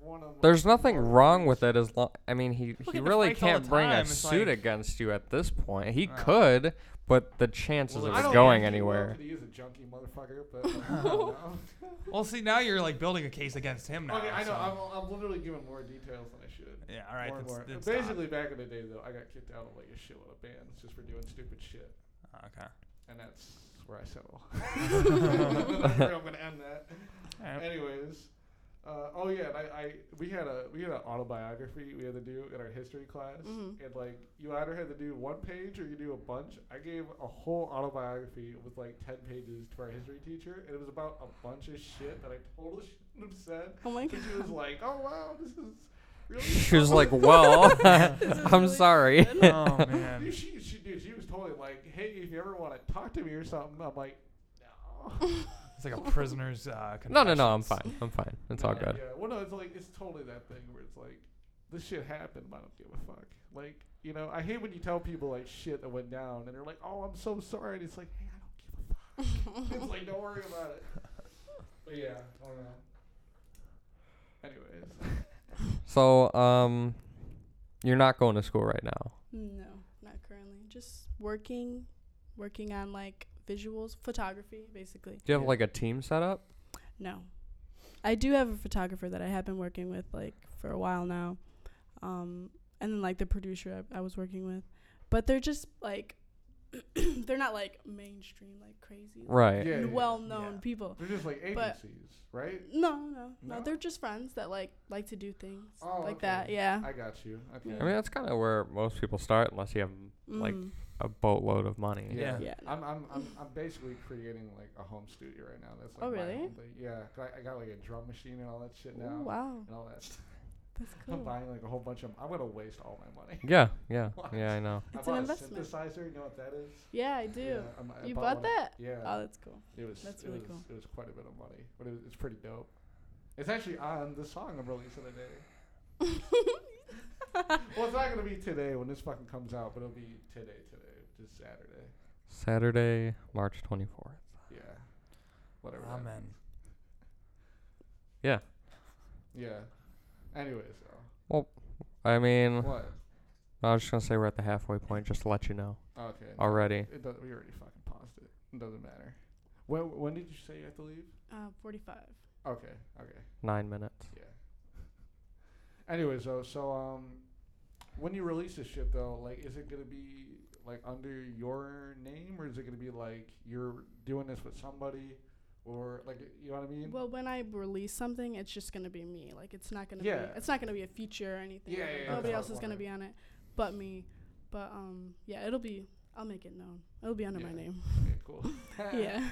Speaker 1: one of.
Speaker 3: there's
Speaker 1: my
Speaker 3: nothing
Speaker 1: more-
Speaker 3: wrong with it as long. I mean, he
Speaker 5: Look
Speaker 3: he
Speaker 5: at the
Speaker 3: really
Speaker 5: fights all the
Speaker 3: can't bring
Speaker 5: time,
Speaker 3: a
Speaker 5: it's
Speaker 3: suit
Speaker 5: like-
Speaker 3: against you at this point. He
Speaker 5: Wow.
Speaker 3: could, but the chances
Speaker 1: Well,
Speaker 3: of
Speaker 1: I
Speaker 3: it
Speaker 1: don't
Speaker 3: going
Speaker 1: think he will,
Speaker 3: anywhere.
Speaker 1: 'cause He is a junkie motherfucker, but like,
Speaker 5: (laughs)
Speaker 1: I don't
Speaker 5: Well, see, now you're like building a case against him
Speaker 1: know.
Speaker 5: now.
Speaker 1: okay, I know.
Speaker 5: so-
Speaker 1: I'm, I'm literally giving more details than I should.
Speaker 5: yeah. All right.
Speaker 1: more and
Speaker 5: that's-
Speaker 1: more.
Speaker 5: that's
Speaker 1: Basically, back in the day, though, I got kicked out of like a shitload of bands just for doing stupid shit,
Speaker 5: odd. Okay.
Speaker 1: and that's where I settle. (laughs) That's where I'm gonna end that.
Speaker 5: All right.
Speaker 1: Anyways, uh, oh yeah, and I, I we had a we had an autobiography we had to do in our history class,
Speaker 4: Mhm.
Speaker 1: and like you either had to do one page or you do a bunch. I gave a whole autobiography with like ten pages to our history teacher, and it was about a bunch of shit that I totally shouldn't have said.
Speaker 4: Oh my
Speaker 1: And
Speaker 4: god.
Speaker 1: she was like, "Oh wow, this is really."
Speaker 3: (laughs) She was
Speaker 1: something."
Speaker 3: like, well,
Speaker 4: This is
Speaker 3: (laughs) I'm
Speaker 4: really
Speaker 3: sorry.
Speaker 1: (laughs)
Speaker 4: good.
Speaker 5: (laughs) Oh
Speaker 1: Dude,
Speaker 5: man.
Speaker 1: she, she, dude, she was totally like, "Hey, if you ever want to talk to me or something," I'm like, "No."
Speaker 5: It's like a prisoner's. Uh,
Speaker 3: (laughs) No, no, no. I'm
Speaker 5: confessions.
Speaker 3: fine. I'm fine. It's all
Speaker 1: Yeah,
Speaker 3: good.
Speaker 1: Yeah. Well, no, it's like it's totally that thing where it's like, this shit happened, but I don't give a fuck. Like, you know, I hate when you tell people like shit that went down, and they're like, "Oh, I'm so sorry," and it's like, "Hey, I don't give
Speaker 3: (laughs)
Speaker 1: a fuck." it's like, don't worry about it. But yeah, I don't know. Anyways,
Speaker 3: So, um, you're not going to school right now.
Speaker 4: No, not currently. Just working, working on like visuals, photography, basically.
Speaker 3: Do you have
Speaker 1: Yeah.
Speaker 3: like a team set up?
Speaker 4: No. I do have a photographer that I have been working with like for a while now. Um and then like the producer I, I was working with. But they're just like (clears throat) they're not like mainstream like crazy. like,
Speaker 3: Right.
Speaker 1: Yeah, yeah, yeah.
Speaker 4: well-known
Speaker 5: Yeah.
Speaker 4: people.
Speaker 1: they're just like
Speaker 4: But-
Speaker 1: agencies, right?
Speaker 4: No, no, no.
Speaker 1: No?
Speaker 4: They're just friends that like like to do things
Speaker 1: Oh,
Speaker 4: like
Speaker 1: okay.
Speaker 4: that. Yeah.
Speaker 1: I got you. Okay.
Speaker 3: I mean, that's kind of where most people start, unless you have like
Speaker 4: Mm.
Speaker 3: a boatload of money.
Speaker 5: Yeah.
Speaker 4: Yeah. no.
Speaker 1: I'm, I'm, I'm, I'm basically creating like a home studio right now. That's like
Speaker 4: Oh,
Speaker 1: my
Speaker 4: really?
Speaker 1: home thing. Yeah, 'cause I, I got like a drum machine and all that shit now.
Speaker 4: Ooh, wow.
Speaker 1: And all that. stuff. (laughs)
Speaker 4: That's
Speaker 1: I'm
Speaker 4: cool.
Speaker 1: buying like a whole bunch of. I'm gonna waste all my money.
Speaker 3: Yeah, yeah,
Speaker 1: What?
Speaker 3: yeah. I know.
Speaker 1: I
Speaker 4: It's
Speaker 1: bought a
Speaker 4: an investment.
Speaker 1: synthesizer. You know what that is?
Speaker 4: Yeah, I do.
Speaker 1: Yeah, I'm- I
Speaker 4: you
Speaker 1: one
Speaker 4: bought
Speaker 1: of-
Speaker 4: that?
Speaker 1: Yeah.
Speaker 4: Oh, that's cool.
Speaker 1: It was
Speaker 4: That's
Speaker 1: it
Speaker 4: really
Speaker 1: was,
Speaker 4: cool.
Speaker 1: It was quite a bit of money, but it was, it's pretty dope. It's actually on the song I'm releasing today.
Speaker 4: (laughs)
Speaker 1: well, it's not gonna be today when this fucking comes out, but it'll be today today, which is Saturday.
Speaker 3: Saturday, March twenty fourth.
Speaker 1: Yeah, whatever. that
Speaker 5: Amen.
Speaker 1: means.
Speaker 3: Yeah.
Speaker 1: Yeah. Anyways, so
Speaker 3: I mean,
Speaker 1: what?
Speaker 3: I was just gonna say we're at the halfway point, just to let you know
Speaker 1: Okay. no,
Speaker 3: already.
Speaker 1: It does, we already fucking paused it. It doesn't matter. When when did you say you have to leave?
Speaker 4: Uh, 45.
Speaker 1: Okay. Okay.
Speaker 3: Nine minutes.
Speaker 1: Yeah. Anyways, though, so um, when you release this shit though, like, is it gonna be like under your name, or is it gonna be like you're doing this with somebody, or like you know what I mean?
Speaker 4: Well, when I release something, it's just gonna be me. Like it's not gonna
Speaker 1: Yeah.
Speaker 4: be it's not gonna be a feature or anything.
Speaker 1: Yeah,
Speaker 4: like,
Speaker 1: yeah, yeah,
Speaker 4: Nobody
Speaker 1: that's what I
Speaker 4: else
Speaker 1: was
Speaker 4: is gonna be on it, but me. But um, yeah, it'll be. I'll make it known. It'll be under my
Speaker 1: Yeah. (laughs)
Speaker 4: name.
Speaker 1: okay, cool.
Speaker 4: (laughs) yeah.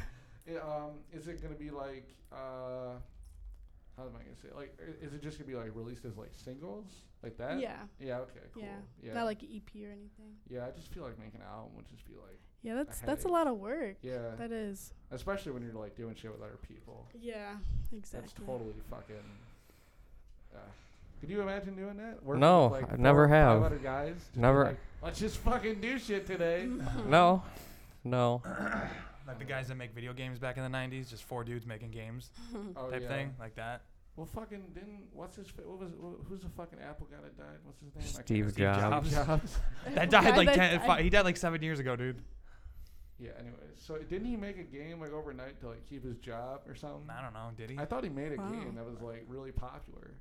Speaker 1: It, um, is it gonna be like uh, how am I gonna say? it? Like, i- is it just gonna be like released as like singles, like that?
Speaker 4: (laughs) yeah.
Speaker 1: Yeah. Okay. Cool.
Speaker 4: Yeah.
Speaker 1: Yeah.
Speaker 4: Not like EP or anything.
Speaker 1: yeah. I just feel like making an album would just be like,
Speaker 4: Yeah, that's
Speaker 1: had
Speaker 4: that's a
Speaker 1: it.
Speaker 4: lot of work.
Speaker 1: yeah,
Speaker 4: That is.
Speaker 1: especially when you're like doing shit with other people.
Speaker 4: Yeah. Exactly.
Speaker 1: That's
Speaker 4: (laughs)
Speaker 1: totally fucking. Uh, could you imagine doing that? Working
Speaker 3: No,
Speaker 1: with,
Speaker 3: I
Speaker 1: four
Speaker 3: never
Speaker 1: or five
Speaker 3: have.
Speaker 1: other guys. Just be
Speaker 3: Never.
Speaker 1: like, Let's just fucking do (laughs) shit today.
Speaker 3: No, no.
Speaker 5: Like the guys that make video games back in the '90s, just four dudes making games
Speaker 4: Mm-hmm.
Speaker 1: oh,
Speaker 5: type
Speaker 1: yeah.
Speaker 5: thing, like
Speaker 1: (laughs)
Speaker 5: that.
Speaker 1: Well, fucking didn't. What's his? fa- What was? wh- Who's the fucking Apple guy that died? What's his name? I can't-
Speaker 3: Steve Jobs.
Speaker 5: (laughs)
Speaker 1: Jobs.
Speaker 5: That died like
Speaker 4: bet-
Speaker 5: ten.
Speaker 4: I-
Speaker 5: fi- he died like seven years ago, dude.
Speaker 1: yeah. Anyways, so didn't he make a game like overnight to like keep his job or something?
Speaker 5: I don't know. Did he?
Speaker 1: I thought he made a
Speaker 4: Wow.
Speaker 1: game that was like really popular.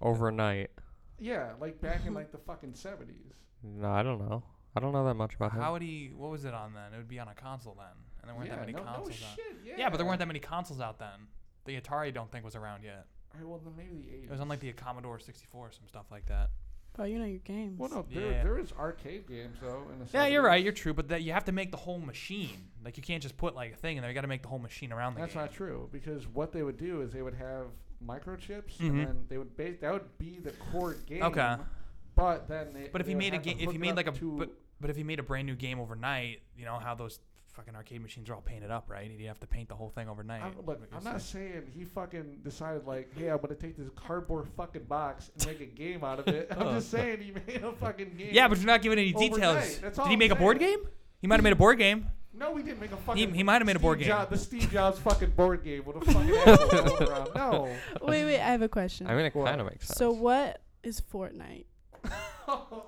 Speaker 3: Overnight.
Speaker 1: Yeah, like back in like the fucking seventies.
Speaker 3: No, I don't know. I don't know that much about
Speaker 5: How
Speaker 3: him.
Speaker 5: would he? What was it on then? It would be on a console then, and (laughs) there weren't
Speaker 1: yeah,
Speaker 5: that many
Speaker 1: no, no
Speaker 5: consoles.
Speaker 1: shit.
Speaker 5: out.
Speaker 1: Yeah.
Speaker 5: Yeah. but there weren't that many consoles out then. The Atari, don't think was around yet.
Speaker 1: All right, well, then maybe the eighties.
Speaker 5: It was on like the Commodore 64, some stuff like that.
Speaker 4: Bro, you know your games. (laughs)
Speaker 1: Well, no, there,
Speaker 5: Yeah.
Speaker 1: there is arcade games though. In the
Speaker 5: Yeah, you're
Speaker 1: 70s.
Speaker 5: right. You're true, but that you have to make the whole machine. Like you can't just put like a thing in there. You got to make the whole machine around the
Speaker 1: That's
Speaker 5: game.
Speaker 1: not true because what they would do is they would have microchips, and
Speaker 5: Mhm.
Speaker 1: then they would base that would be the core game.
Speaker 5: Okay.
Speaker 1: But then they.
Speaker 5: But if
Speaker 1: they
Speaker 5: you
Speaker 1: would
Speaker 5: made a
Speaker 1: have to
Speaker 5: game, if
Speaker 1: hook
Speaker 5: you
Speaker 1: it
Speaker 5: made
Speaker 1: up
Speaker 5: like a,
Speaker 1: to-
Speaker 5: but, but if you made a brand new game overnight, you know how those fucking arcade machines are all painted up, right? You'd have to paint the whole thing overnight.
Speaker 1: I'm, look,
Speaker 5: Like I
Speaker 1: I'm not
Speaker 5: said.
Speaker 1: saying he fucking decided like, hey, I'm gonna take this cardboard fucking box and make a game out of it. I'm just saying he made a fucking game.
Speaker 5: Oh. Yeah, but you're not giving any details.
Speaker 1: Overnight, that's all
Speaker 5: Did he
Speaker 1: I'm
Speaker 5: make a board game?
Speaker 1: saying.
Speaker 5: He might have made a board game.
Speaker 1: no, he didn't make a fucking.
Speaker 5: he might have made a
Speaker 1: Steve
Speaker 5: board game.
Speaker 1: Jobs- the Steve Jobs fucking board game
Speaker 5: (laughs)
Speaker 1: with a fucking asshole rolling around. No.
Speaker 4: (laughs) Wait, wait. I have a question.
Speaker 3: I mean, it
Speaker 1: What?
Speaker 3: kind of makes sense.
Speaker 4: so what is Fortnite?
Speaker 1: (laughs)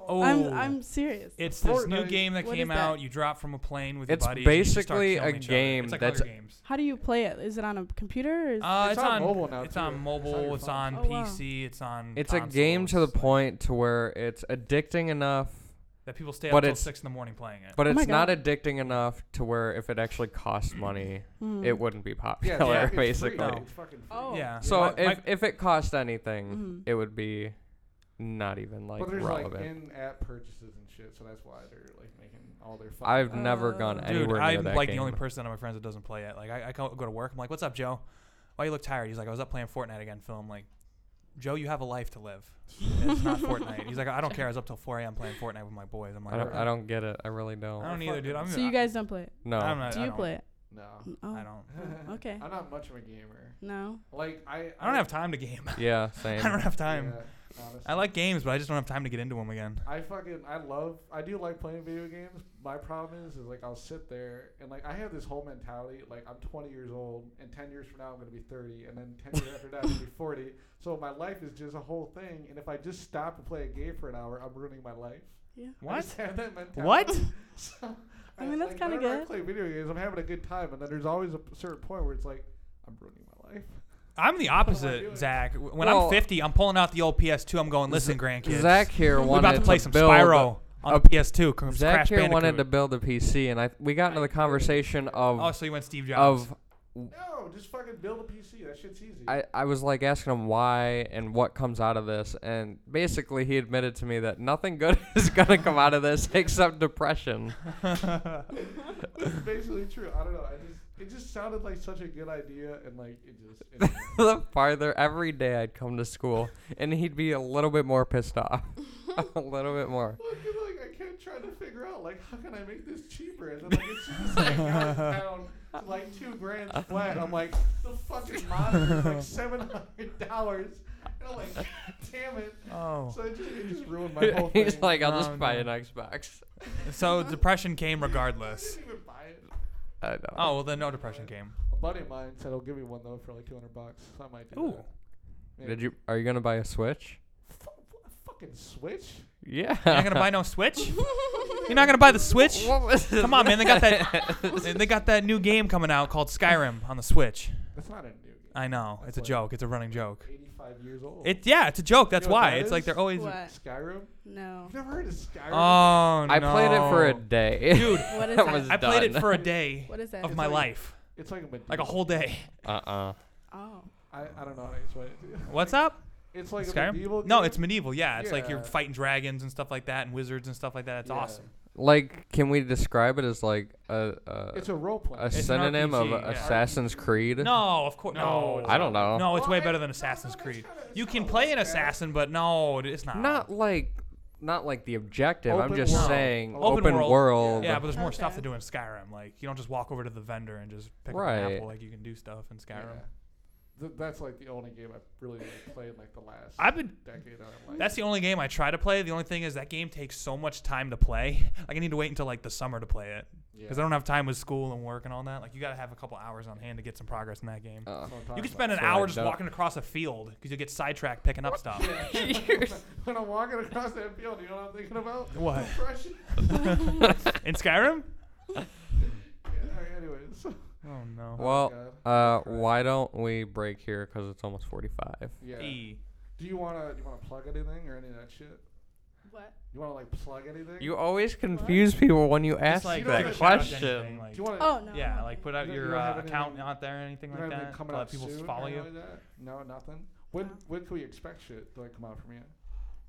Speaker 5: Oh,
Speaker 4: I'm I'm serious.
Speaker 5: It's this new
Speaker 1: Fortnite.
Speaker 5: game that
Speaker 4: What
Speaker 5: came
Speaker 4: is that?
Speaker 5: out. You drop from a plane with
Speaker 3: It's
Speaker 5: your buddies. and you just start
Speaker 3: basically
Speaker 5: killing
Speaker 3: a
Speaker 5: each other.
Speaker 3: game
Speaker 5: It's like
Speaker 3: that's-
Speaker 5: other games.
Speaker 4: How do you play it? Is it on a computer? Or is
Speaker 5: Uh,
Speaker 1: It's
Speaker 5: it's,
Speaker 1: on
Speaker 5: on,
Speaker 1: mobile now,
Speaker 5: It's
Speaker 1: too.
Speaker 5: on
Speaker 1: It's on your
Speaker 5: mobile. It's
Speaker 1: phone.
Speaker 5: on,
Speaker 4: Oh, wow.
Speaker 5: PC. It's on.
Speaker 3: it's a game to the
Speaker 5: Mm-hmm. consoles
Speaker 3: point to where it's addicting enough,
Speaker 5: that people stay
Speaker 3: but
Speaker 5: up till
Speaker 3: it's-
Speaker 5: six in the morning playing it.
Speaker 3: but
Speaker 4: Oh my
Speaker 3: it's not addicting enough to where if it actually cost money,
Speaker 4: Hmm.
Speaker 3: it wouldn't be popular.
Speaker 1: Mm-hmm. Yeah, it's fucking free,
Speaker 3: basically.
Speaker 1: though.
Speaker 5: No.
Speaker 1: It's fucking free.
Speaker 4: Oh.
Speaker 5: yeah.
Speaker 3: So
Speaker 5: My-
Speaker 3: if
Speaker 5: my-
Speaker 3: if it cost anything,
Speaker 4: Mhm.
Speaker 3: it would be not even like
Speaker 1: Mm-hmm. but there's
Speaker 3: relevant.
Speaker 1: like in-app purchases and shit, so that's why they're like making all their. Fucking
Speaker 3: I've never gone
Speaker 4: Uh,
Speaker 5: dude,
Speaker 3: anywhere near
Speaker 5: I'm
Speaker 3: that
Speaker 5: like
Speaker 3: game.
Speaker 5: the only person on my friends that doesn't play it. Like I, I go go to work. I'm like, "What's up, Joe? Why you look tired?" He's like, "I was up playing Fortnite again." Phil, I'm like, "Joe, you have a life to live. It's
Speaker 4: (laughs)
Speaker 5: not Fortnite." He's like, "I don't care. I was up till 4 a.m. playing Fortnite with my boys." I'm like,
Speaker 3: I don't,
Speaker 5: "Okay."
Speaker 3: I don't get it. I really
Speaker 5: I
Speaker 3: don't.
Speaker 5: don't either, dude. I'm,
Speaker 4: so you guys don't play it?
Speaker 3: no.
Speaker 5: I'm not-
Speaker 4: Do
Speaker 5: I
Speaker 4: you
Speaker 5: don't-
Speaker 4: play it?
Speaker 1: No.
Speaker 4: Oh.
Speaker 5: I don't.
Speaker 4: (laughs) Okay.
Speaker 1: (laughs) I'm not much of a gamer.
Speaker 5: (laughs)
Speaker 4: No.
Speaker 1: Like I.
Speaker 5: I don't have time to game. (laughs)
Speaker 3: yeah,
Speaker 5: I
Speaker 3: same.
Speaker 5: don't have time.
Speaker 1: (laughs) yeah, honestly.
Speaker 5: I like games, but I just don't have time to get into them again.
Speaker 1: I fucking I love I do like playing video games. My problem is is like I'll sit there and like I have this whole mentality like I'm 20 years old and 10 years from now I'm gonna be 30 and then 10 years after that I'm gonna be 40. So my life is just a whole thing. And if I just stop and play a game for an hour, I'm ruining my life.
Speaker 4: Yeah.
Speaker 1: I just have that mentality.
Speaker 5: What?
Speaker 1: (laughs) So,
Speaker 4: I mean, that's
Speaker 1: like,
Speaker 4: kinda
Speaker 1: whenever I
Speaker 4: good.
Speaker 1: play video games. I'm having a good time, and then there's always a p- certain point where it's like I'm ruining my life.
Speaker 5: I'm the
Speaker 1: doing?
Speaker 5: opposite, Zach. W- When
Speaker 3: Well-
Speaker 5: I'm 50, I'm pulling out the old PS2. I'm going, listen, grandkids.
Speaker 3: Zach here
Speaker 5: we're
Speaker 3: wanted
Speaker 5: about to play some
Speaker 3: build,
Speaker 5: Spyro on
Speaker 3: a-
Speaker 5: the PS2. Cr-
Speaker 3: Zach
Speaker 5: Crash
Speaker 3: here wanted to
Speaker 5: Bandicoot.
Speaker 3: build a PC, and I we got into the conversation
Speaker 5: Oh,
Speaker 3: of
Speaker 5: so you went Steve Jobs.
Speaker 3: of
Speaker 1: No, just fucking build a PC. That shit's easy.
Speaker 3: I, I was like asking him why and what comes out of this, and basically he admitted to me that nothing good (laughs) is gonna come out of this (laughs) except depression. (laughs)
Speaker 1: It's basically true. I don't know. I just it just sounded like such a good idea, and like it just.
Speaker 3: (laughs)
Speaker 1: It
Speaker 3: the farther every day I'd come to school, and he'd be a little bit more pissed off, (laughs) a little bit
Speaker 5: (laughs)
Speaker 3: more.
Speaker 1: Well, 'cause, like I kept trying to figure out like how can I make this cheaper, and then like it's just like got
Speaker 3: (laughs)
Speaker 1: down to like two grand flat. I'm like the fucking monitor is like seven hundred dollars, and I'm like, (laughs) damn it.
Speaker 5: oh.
Speaker 1: So it just, it just ruined my whole thing.
Speaker 3: (laughs) He's like, I'll
Speaker 5: Oh,
Speaker 3: just buy
Speaker 5: no.
Speaker 3: an Xbox.
Speaker 5: So depression came
Speaker 1: I
Speaker 5: regardless.
Speaker 1: didn't even buy it.
Speaker 3: I know.
Speaker 5: Oh well, then no depression came.
Speaker 1: A buddy of mine said he'll give me one though for like two hundred bucks. So I might do
Speaker 5: Ooh.
Speaker 1: that. Maybe.
Speaker 3: Did you? Are you gonna buy a Switch?
Speaker 1: Fu- fu- fucking Switch?
Speaker 3: Yeah.
Speaker 5: You're not
Speaker 3: (laughs)
Speaker 5: gonna buy no Switch. You're not gonna buy the Switch.
Speaker 3: What was
Speaker 5: Come on, man. They got that. (laughs) they got that new game coming out called Skyrim on the Switch.
Speaker 1: That's not a new game.
Speaker 5: I know. It's a joke. It's a running joke.
Speaker 1: 85 years old.
Speaker 5: It yeah. It's a joke. That's
Speaker 1: You know what
Speaker 5: why.
Speaker 1: that
Speaker 5: It's like
Speaker 1: is?
Speaker 5: they're always.
Speaker 4: What?
Speaker 1: Skyrim?
Speaker 4: (laughs) No.
Speaker 1: I've never heard of Skyrim.
Speaker 5: Oh
Speaker 3: (laughs)
Speaker 5: no.
Speaker 3: I played it for a day.
Speaker 5: Dude,
Speaker 4: What is
Speaker 3: That
Speaker 4: that?
Speaker 3: was-
Speaker 5: I played it
Speaker 3: done.
Speaker 5: for a day
Speaker 4: what is that?
Speaker 5: of my life,
Speaker 1: It's like a medieval.
Speaker 5: like a whole day.
Speaker 3: (laughs) Uh-uh.
Speaker 4: oh.
Speaker 1: I, I don't know how to explain it. (laughs)
Speaker 5: What's up?
Speaker 1: It's like a medieval.
Speaker 5: Skyrim? No, it's medieval. Yeah, it's like you're
Speaker 1: Yeah.
Speaker 5: fighting dragons and stuff like that, and wizards and stuff like that. It's awesome.
Speaker 3: Like, can we describe it as like a a,
Speaker 1: It's a role play.
Speaker 3: a
Speaker 5: an
Speaker 3: synonym of
Speaker 5: RPG, yeah.
Speaker 3: Assassin's Creed?
Speaker 5: No, of course. No,
Speaker 3: I don't know.
Speaker 5: No, it's
Speaker 1: Well,
Speaker 5: way
Speaker 1: it-
Speaker 5: better than
Speaker 1: no,
Speaker 5: Assassin's
Speaker 1: no, that's
Speaker 5: Creed.
Speaker 1: kinda- it's
Speaker 5: You can
Speaker 1: kinda
Speaker 5: play
Speaker 1: like
Speaker 5: an
Speaker 1: that.
Speaker 5: assassin, but no, dude, it's not.
Speaker 3: Not like not like the objective.
Speaker 1: Open
Speaker 3: I'm just
Speaker 1: world.
Speaker 3: saying
Speaker 5: Open
Speaker 3: open,
Speaker 5: world.
Speaker 3: world.
Speaker 5: Yeah, but there's more stuff to
Speaker 4: Okay.
Speaker 5: do in Skyrim. Like you don't just walk over to the vendor and just pick up an
Speaker 3: Right.
Speaker 5: apple. Like you can do stuff in Skyrim.
Speaker 1: Th- that's like the only game I've really like, played like the last
Speaker 5: I've been.
Speaker 1: decade of my life.
Speaker 5: That's the only game I try to play. The only thing is that game takes so much time to play. Like I need to wait until like the summer to play it
Speaker 1: yeah.
Speaker 5: because I don't have time with school and work and all that. Like you gotta have a couple hours on hand to get some progress in that game.
Speaker 3: Uh,
Speaker 5: You could (laughs) spend an
Speaker 3: So,
Speaker 5: hour
Speaker 3: like,
Speaker 5: just
Speaker 3: don't-
Speaker 5: walking across a field because you'll get sidetracked picking up stuff.
Speaker 1: when I'm walking across that field, you know (laughs) what I'm thinking about?
Speaker 5: What?
Speaker 1: Depression.
Speaker 5: (laughs) In Skyrim?
Speaker 1: Yeah, alright, anyways. (laughs)
Speaker 5: Oh no.
Speaker 3: well,
Speaker 1: God.
Speaker 3: uh, why don't we break here because it's almost 45.
Speaker 1: Yeah.
Speaker 5: E.
Speaker 1: Do you wanna do you wanna plug anything or any of that shit?
Speaker 4: What?
Speaker 1: You wanna like plug anything?
Speaker 3: You always confuse people when you
Speaker 5: Just,
Speaker 3: ask
Speaker 5: like,
Speaker 1: don't
Speaker 5: give
Speaker 3: that
Speaker 5: a
Speaker 1: give shout-out
Speaker 5: shout-out to
Speaker 3: question.
Speaker 5: anything, like-
Speaker 1: do you wanna
Speaker 4: Oh no.
Speaker 5: yeah,
Speaker 4: no,
Speaker 5: like
Speaker 4: no.
Speaker 5: put out
Speaker 1: You don't-
Speaker 5: your
Speaker 1: you don't
Speaker 5: uh,
Speaker 1: have anything-
Speaker 5: account out there or anything
Speaker 1: You
Speaker 5: like
Speaker 1: got anything
Speaker 5: that. to
Speaker 1: coming
Speaker 5: Let
Speaker 1: out
Speaker 5: people
Speaker 1: soon or
Speaker 5: follow you.
Speaker 1: anything like that? No, nothing. When
Speaker 4: No.
Speaker 1: when can we expect shit to like come out from you?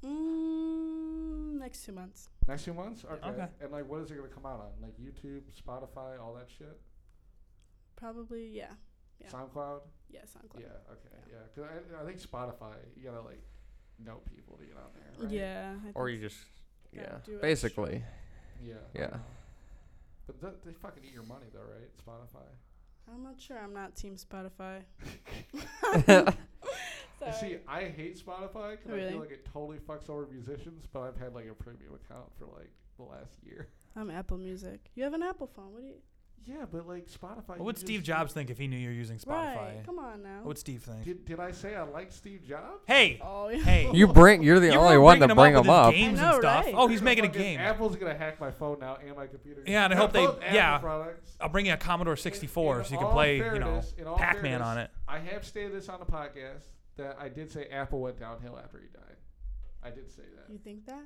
Speaker 4: Mm, next two months.
Speaker 1: Next few months? Okay.
Speaker 5: Okay.
Speaker 1: And like what is it gonna come out on? Like YouTube, Spotify, all that shit?
Speaker 4: Probably. Yeah. Yeah.
Speaker 1: SoundCloud?
Speaker 4: Yeah. SoundCloud.
Speaker 1: Yeah, okay. Yeah. 'Cause I, I think Spotify, you gotta like know people to get on there, right?
Speaker 4: Yeah. I
Speaker 3: Or
Speaker 4: think
Speaker 3: you just
Speaker 4: Yeah,
Speaker 3: yeah,
Speaker 4: do it.
Speaker 3: basically.
Speaker 1: Yeah. I
Speaker 3: Yeah.
Speaker 1: know. But th- they fucking eat your money though, right? Spotify.
Speaker 4: so. I'm not sure. I'm not team Spotify.
Speaker 5: (laughs)
Speaker 4: (laughs)
Speaker 1: You
Speaker 4: Sorry.
Speaker 1: See, I hate Spotify because I
Speaker 4: Really?
Speaker 1: feel like it totally fucks over musicians, but I've had like a premium account for like the last year.
Speaker 4: I'm Apple Music. You have an Apple phone. What do you?
Speaker 1: Yeah, but like Spotify.
Speaker 5: What
Speaker 1: you
Speaker 5: would
Speaker 1: just-
Speaker 5: Steve Jobs think if he knew you were using Spotify?
Speaker 4: Right. Come on now.
Speaker 5: What would Steve think?
Speaker 1: Did, did I say I like Steve Jobs?
Speaker 4: (laughs)
Speaker 5: Hey, (laughs)
Speaker 4: oh yeah.
Speaker 5: hey.
Speaker 3: (laughs) You bring you're the
Speaker 5: You
Speaker 3: only
Speaker 5: were
Speaker 3: one to
Speaker 5: bringing
Speaker 3: bring
Speaker 5: him
Speaker 3: them up.
Speaker 5: with his Games
Speaker 4: I
Speaker 5: and
Speaker 4: know,
Speaker 5: stuff.
Speaker 4: right?
Speaker 5: Oh, he's making a
Speaker 1: Fucking
Speaker 5: game.
Speaker 1: Apple's gonna hack my phone now and my computer.
Speaker 5: Yeah, and I
Speaker 1: They're
Speaker 5: hope they-
Speaker 1: both Apple
Speaker 5: yeah.
Speaker 1: products.
Speaker 5: I'll bring you a Commodore 64 so you can
Speaker 1: all
Speaker 5: play, you know,
Speaker 1: fairness- in all
Speaker 5: Pac-Man on
Speaker 1: fairness,
Speaker 5: it.
Speaker 1: I have stated this on the podcast that I did say Apple went downhill after he died. I did say that.
Speaker 4: You think that?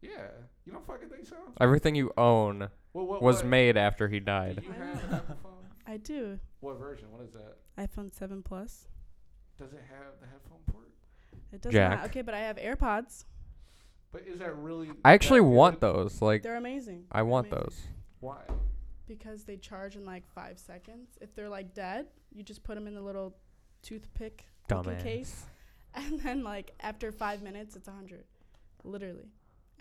Speaker 1: Yeah, you don't fucking think so?
Speaker 3: Everything you own
Speaker 1: Well, what
Speaker 3: was
Speaker 1: what?
Speaker 3: made after he
Speaker 1: Do
Speaker 3: died.
Speaker 1: you have an Apple phone?
Speaker 4: I do.
Speaker 1: What version? What is that?
Speaker 4: iPhone 7 Plus.
Speaker 1: Does it have the headphone port?
Speaker 4: It does
Speaker 3: Jack.
Speaker 4: not. Okay, but I have AirPods.
Speaker 1: But is that really?
Speaker 3: I actually
Speaker 1: that
Speaker 3: want
Speaker 1: good?
Speaker 3: those. Like
Speaker 4: They're amazing.
Speaker 3: I want
Speaker 4: amazing.
Speaker 3: those.
Speaker 1: Why?
Speaker 4: because they charge in like five seconds. If they're like dead, you just put them in the little toothpick (laughs) looking
Speaker 3: Dumbass.
Speaker 4: case, and then like after five minutes, it's a hundred, literally,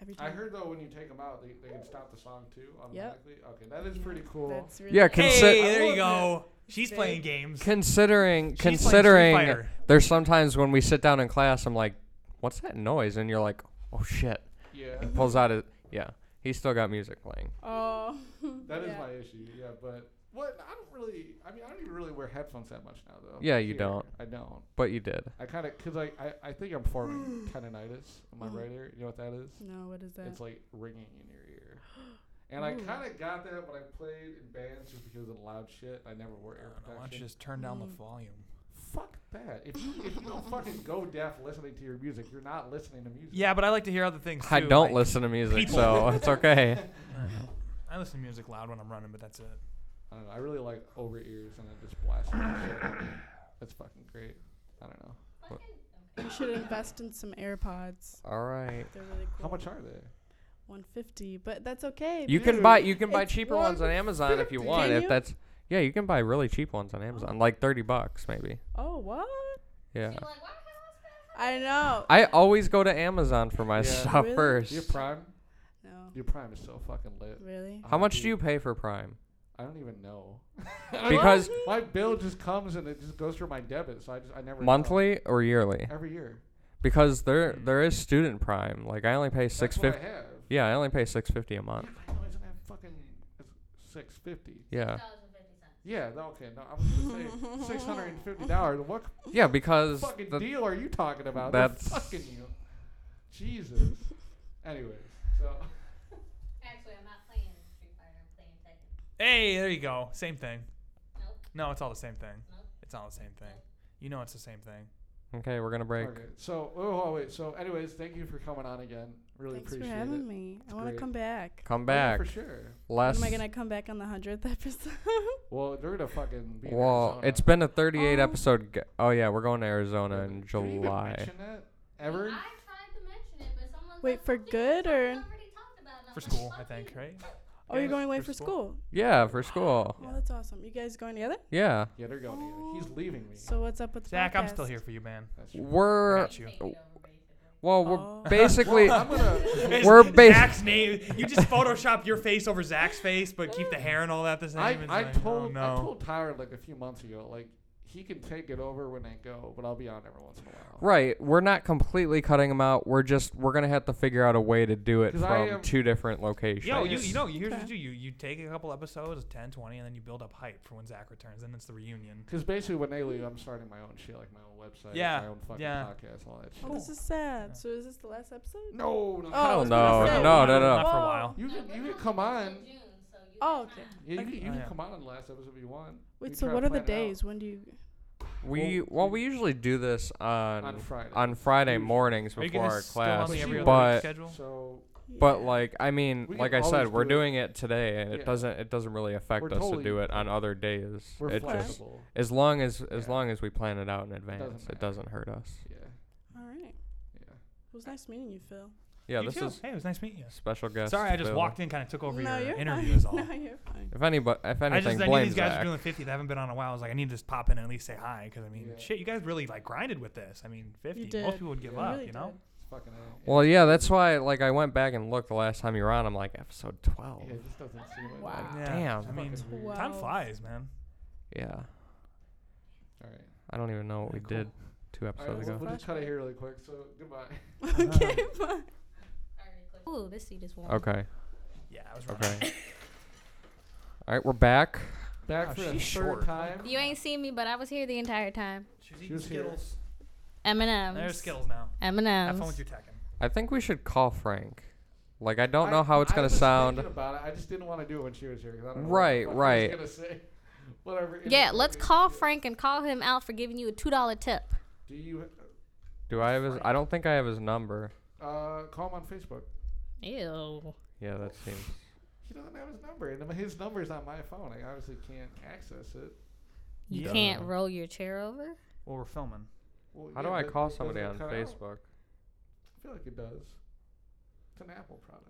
Speaker 4: every time.
Speaker 1: I heard though when you take them out, they, they can stop the song too
Speaker 4: Yep.
Speaker 1: automatically. Okay, that is pretty cool.
Speaker 4: That's really
Speaker 3: Yeah,
Speaker 4: cool.
Speaker 3: Consi-
Speaker 5: hey,
Speaker 3: I
Speaker 5: there you
Speaker 4: love
Speaker 5: go. She's
Speaker 4: Big-
Speaker 5: playing games.
Speaker 3: Considering
Speaker 5: playing Street
Speaker 3: considering
Speaker 5: Fighter.
Speaker 3: there's sometimes when we sit down in class I'm like, What's that noise? And you're like, Oh shit.
Speaker 1: yeah,
Speaker 4: (laughs)
Speaker 3: And pulls out his yeah. He's still got music playing.
Speaker 4: Oh,
Speaker 1: (laughs) that is
Speaker 4: yeah.
Speaker 1: my issue. Yeah, but what? I don't really. I mean, I don't even really wear headphones that much now though.
Speaker 3: Yeah, you
Speaker 1: Here,
Speaker 3: don't.
Speaker 1: I don't.
Speaker 3: But you did.
Speaker 1: I kind of cause like I, I think I'm
Speaker 4: (gasps)
Speaker 1: forming tendonitis on my
Speaker 4: Mm.
Speaker 1: right ear. You know what that is?
Speaker 4: No, what is that?
Speaker 1: It's like ringing in your ear.
Speaker 4: (gasps)
Speaker 1: And I
Speaker 4: Ooh.
Speaker 1: kind of got that when I played in bands just because of the loud shit. I never wore ear
Speaker 5: I don't know,
Speaker 1: protection.
Speaker 5: why don't you just turn down the
Speaker 4: Mm.
Speaker 5: volume?
Speaker 1: Fuck that. If you, if you
Speaker 4: (laughs)
Speaker 1: don't fucking go deaf listening to your music, you're not listening to music.
Speaker 5: Yeah, but I like to hear other things
Speaker 3: I
Speaker 5: too,
Speaker 3: don't
Speaker 5: like-
Speaker 3: listen to music,
Speaker 5: people.
Speaker 3: so it's okay.
Speaker 5: I listen to music loud when I'm running, but that's it.
Speaker 1: I don't know. I really like over ears and I just blast (coughs) them. shit. That's fucking great. I don't know.
Speaker 4: You should invest in some AirPods.
Speaker 3: All right.
Speaker 4: They're really cool.
Speaker 1: How much are they?
Speaker 4: 150, but that's okay.
Speaker 3: You can
Speaker 1: Dude,
Speaker 3: buy you can buy
Speaker 4: it's
Speaker 3: cheaper ones on Amazon if you
Speaker 4: 150.
Speaker 3: want.
Speaker 4: Can
Speaker 3: If
Speaker 4: you?
Speaker 3: that's yeah, you can buy really cheap ones on Amazon, like thirty bucks maybe.
Speaker 4: Oh, what?
Speaker 3: Yeah.
Speaker 2: She's like, why the hell is that?
Speaker 4: I know.
Speaker 3: I always go to Amazon for my
Speaker 1: Yeah.
Speaker 3: stuff
Speaker 4: Really?
Speaker 3: first.
Speaker 1: Your Prime?
Speaker 4: no.
Speaker 1: Your Prime is so fucking lit.
Speaker 4: Really?
Speaker 3: How
Speaker 1: Oh,
Speaker 3: much do
Speaker 1: dude.
Speaker 3: you pay for Prime?
Speaker 1: I don't even know. (laughs)
Speaker 3: Because
Speaker 1: my bill just comes and it just goes through my debit, so I just I never know.
Speaker 3: monthly or yearly?
Speaker 1: every year.
Speaker 3: Because there there is student Prime. Like I only pay six
Speaker 1: That's what I
Speaker 3: fifty.
Speaker 1: have.
Speaker 3: Yeah, I only pay six fifty a
Speaker 1: Yeah,
Speaker 3: month.
Speaker 1: I know, isn't that fucking six fifty?
Speaker 3: Yeah.
Speaker 2: $2.50.
Speaker 1: Yeah, no, okay, no, I was gonna say six hundred and fifty dollars.
Speaker 3: (laughs)
Speaker 1: What
Speaker 3: Yeah, because
Speaker 1: fucking
Speaker 3: the-
Speaker 1: deal are you talking about? They're
Speaker 3: That's-
Speaker 1: fucking you. Jesus. Anyways, so
Speaker 2: Actually, I'm not playing Street Fighter. I'm playing Tekken.
Speaker 5: Hey, there you go. Same thing.
Speaker 2: Nope.
Speaker 5: No, it's all the same thing.
Speaker 2: Nope.
Speaker 5: It's all the same thing. You know it's the same thing.
Speaker 3: okay, we're gonna break.
Speaker 1: okay, so oh, oh, wait, so anyways, thank you for coming on again. Really
Speaker 4: Thanks for
Speaker 1: appreciate
Speaker 4: having
Speaker 1: it.
Speaker 4: me. I want to
Speaker 1: great.
Speaker 4: come back.
Speaker 3: Come
Speaker 1: Oh, yeah,
Speaker 3: back.
Speaker 1: for sure.
Speaker 3: Less.
Speaker 4: When am I gonna come back on the hundredth episode? (laughs)
Speaker 1: Well, they're gonna fucking be. in
Speaker 3: Well,
Speaker 1: Arizona.
Speaker 3: it's been a 38
Speaker 4: Oh.
Speaker 3: episode. G- oh yeah, we're going to Arizona in
Speaker 1: Did we even
Speaker 3: July.
Speaker 1: mention that ever?
Speaker 2: I tried to mention it, but someone's
Speaker 4: Wait,
Speaker 2: like,
Speaker 4: for
Speaker 2: "Fuck you,
Speaker 4: good
Speaker 2: someone's
Speaker 4: or-
Speaker 2: already talked about it." I'm
Speaker 5: For
Speaker 2: like,
Speaker 5: school, I
Speaker 2: "Fuck
Speaker 5: think,
Speaker 2: you."
Speaker 5: right?
Speaker 4: oh, you're
Speaker 5: Yeah,
Speaker 4: going away
Speaker 5: for
Speaker 4: for
Speaker 5: school.
Speaker 4: school.
Speaker 3: Yeah, for school.
Speaker 4: Oh, that's awesome. You guys going together?
Speaker 3: Yeah,
Speaker 1: Yeah, they're going together. He's
Speaker 4: Oh.
Speaker 1: leaving me.
Speaker 4: So what's up with the
Speaker 5: Zach, I'm still
Speaker 4: podcast?
Speaker 5: here for you, man.
Speaker 1: That's true.
Speaker 3: we're
Speaker 5: Got you.
Speaker 2: Take it over, basically.
Speaker 3: well, we're
Speaker 4: Oh.
Speaker 3: basically
Speaker 1: I'm
Speaker 3: (laughs)
Speaker 1: gonna.
Speaker 5: It's
Speaker 3: We're basi-
Speaker 5: Zach's name. You just Photoshop your face over Zach's face, but
Speaker 2: (laughs)
Speaker 5: keep the hair and all that the same.
Speaker 1: I,
Speaker 5: It's
Speaker 1: I
Speaker 5: like, oh,
Speaker 1: told
Speaker 5: no.
Speaker 1: I told Tyler like a few months ago like he can take it over when I go, but I'll be on every once in a while.
Speaker 3: right. We're not completely cutting them out. We're just we're gonna have to figure out a way to do it
Speaker 1: 'Cause I
Speaker 3: from
Speaker 1: am-
Speaker 3: two different locations.
Speaker 5: Yo, you, you know, here's what
Speaker 4: Okay.
Speaker 5: you do. You, you take a couple episodes, 10, 20, and then you build up hype for when Zach returns, and it's the reunion.
Speaker 1: Because basically when they leave, I'm starting my own shit, like my own website,
Speaker 5: Yeah,
Speaker 1: my own fucking
Speaker 5: yeah.
Speaker 1: podcast, all that shit.
Speaker 4: Oh, this is sad. So is this the last episode?
Speaker 1: No, no.
Speaker 4: Oh, I
Speaker 3: Hell
Speaker 4: was gonna
Speaker 3: no,
Speaker 4: say.
Speaker 3: no, no, no.
Speaker 5: Not for a
Speaker 4: Whoa.
Speaker 5: while.
Speaker 1: You can
Speaker 2: Like,
Speaker 1: you
Speaker 2: we're
Speaker 1: can
Speaker 2: not
Speaker 1: come
Speaker 2: doing
Speaker 1: on.
Speaker 2: it in June, so you
Speaker 4: Oh,
Speaker 2: got
Speaker 4: okay.
Speaker 2: time.
Speaker 1: Yeah, you,
Speaker 5: Okay.
Speaker 1: can- you
Speaker 5: Oh,
Speaker 1: can
Speaker 5: yeah.
Speaker 1: come on in the last episode if you want.
Speaker 4: Wait,
Speaker 1: We
Speaker 4: so
Speaker 1: try to
Speaker 4: what are
Speaker 1: plan it
Speaker 4: the
Speaker 1: out.
Speaker 4: days? When do you?
Speaker 3: we well we usually do this on
Speaker 1: On Friday.
Speaker 3: on Friday
Speaker 1: Usually.
Speaker 3: mornings
Speaker 5: Are you
Speaker 3: before
Speaker 5: guys
Speaker 3: our
Speaker 5: still on
Speaker 3: class,
Speaker 5: the every other week
Speaker 3: but
Speaker 5: schedule?
Speaker 1: So
Speaker 3: But
Speaker 4: Yeah.
Speaker 3: like I mean,
Speaker 1: We
Speaker 3: like
Speaker 1: can
Speaker 3: I
Speaker 1: always
Speaker 3: said, we're
Speaker 1: do it.
Speaker 3: doing it today, and it
Speaker 1: Yeah.
Speaker 3: doesn't it doesn't really affect us
Speaker 1: totally-
Speaker 3: to do it on other days.
Speaker 1: we're
Speaker 3: it just
Speaker 1: flexible.
Speaker 3: as long as as
Speaker 1: Yeah.
Speaker 3: long as we plan it out in advance,
Speaker 1: matter.
Speaker 3: it doesn't hurt us.
Speaker 1: Yeah,
Speaker 4: all right.
Speaker 1: yeah.
Speaker 4: It was nice meeting you, Phil.
Speaker 3: Yeah,
Speaker 5: You
Speaker 3: this
Speaker 5: too.
Speaker 3: is
Speaker 5: Hey, it was nice meeting you.
Speaker 3: special guest.
Speaker 5: Sorry, I just
Speaker 3: Phil.
Speaker 5: walked in, kind of took over
Speaker 4: no,
Speaker 5: your
Speaker 4: you're
Speaker 5: interview
Speaker 4: fine. (laughs)
Speaker 5: is all.
Speaker 4: No, you're fine.
Speaker 3: If anybody, if
Speaker 5: I
Speaker 3: anything,
Speaker 5: just I knew
Speaker 3: blame
Speaker 5: these guys
Speaker 3: Zach.
Speaker 5: are doing 50. They haven't been on a while. I was like, I need to just pop in and at least say hi, because I mean,
Speaker 1: Yeah.
Speaker 5: shit, you guys really like grinded with this. I mean, 50.
Speaker 4: did.
Speaker 5: Most people would give
Speaker 1: You
Speaker 5: up,
Speaker 4: really
Speaker 5: you know.
Speaker 1: It's fucking. A.
Speaker 3: Well, yeah, that's why. Like, I went back and looked the last time you were on. I'm like episode twelve.
Speaker 1: Yeah, this doesn't seem like
Speaker 4: Wow.
Speaker 1: that.
Speaker 5: Yeah,
Speaker 3: Ah, Damn.
Speaker 5: I mean,
Speaker 1: Fucking weird.
Speaker 4: Wow.
Speaker 5: time flies, man.
Speaker 3: Yeah,
Speaker 1: All right.
Speaker 3: I don't even know what we
Speaker 5: Yeah, cool.
Speaker 3: did two
Speaker 1: All right,
Speaker 3: episodes
Speaker 1: we'll,
Speaker 3: ago.
Speaker 1: we'll just cut it here really quick. So
Speaker 5: (laughs)
Speaker 1: goodbye.
Speaker 4: (laughs) okay,
Speaker 5: Uh,
Speaker 4: fine.
Speaker 2: Alright, click. Ooh, this seat is warm.
Speaker 3: Okay.
Speaker 5: Yeah, I was right.
Speaker 3: Okay. All right, we're back.
Speaker 1: Back
Speaker 5: Wow,
Speaker 1: for a third
Speaker 5: Oh, she's short.
Speaker 1: time.
Speaker 2: You ain't seen me, but I was here the entire time.
Speaker 5: She's
Speaker 1: She
Speaker 5: eating
Speaker 1: was here.
Speaker 5: Skittles.
Speaker 2: M&M's.
Speaker 5: There's Skittles now. Have fun with
Speaker 2: M&M's.
Speaker 5: your Tekken.
Speaker 3: I think we should call Frank. Like, I don't
Speaker 1: I-
Speaker 3: know how it's
Speaker 1: I
Speaker 3: gonna
Speaker 1: was
Speaker 3: sound.
Speaker 1: thinking About it. I just didn't want to do it when she was here. 'cause I don't know
Speaker 3: Right,
Speaker 1: what
Speaker 3: right.
Speaker 1: I was gonna say. (laughs) Whatever.
Speaker 2: Yeah, let's
Speaker 1: inappropriate
Speaker 2: call
Speaker 1: shit.
Speaker 2: Frank and call him out for giving you a $2 tip.
Speaker 1: Do you
Speaker 3: Do I have his? I don't think I have his number.
Speaker 1: uh, call him on Facebook?
Speaker 2: Ew.
Speaker 3: Yeah, that seems.
Speaker 1: He doesn't have his number, and his number's on my phone. I obviously can't access it.
Speaker 2: You
Speaker 5: Yeah.
Speaker 2: can't roll your chair over?
Speaker 5: Well, we're filming.
Speaker 1: Well,
Speaker 3: How
Speaker 1: yeah,
Speaker 3: do I
Speaker 1: but
Speaker 3: call
Speaker 1: does
Speaker 3: somebody
Speaker 1: it
Speaker 3: on
Speaker 1: cut out?
Speaker 3: Facebook?
Speaker 1: I feel like it does. It's an Apple product.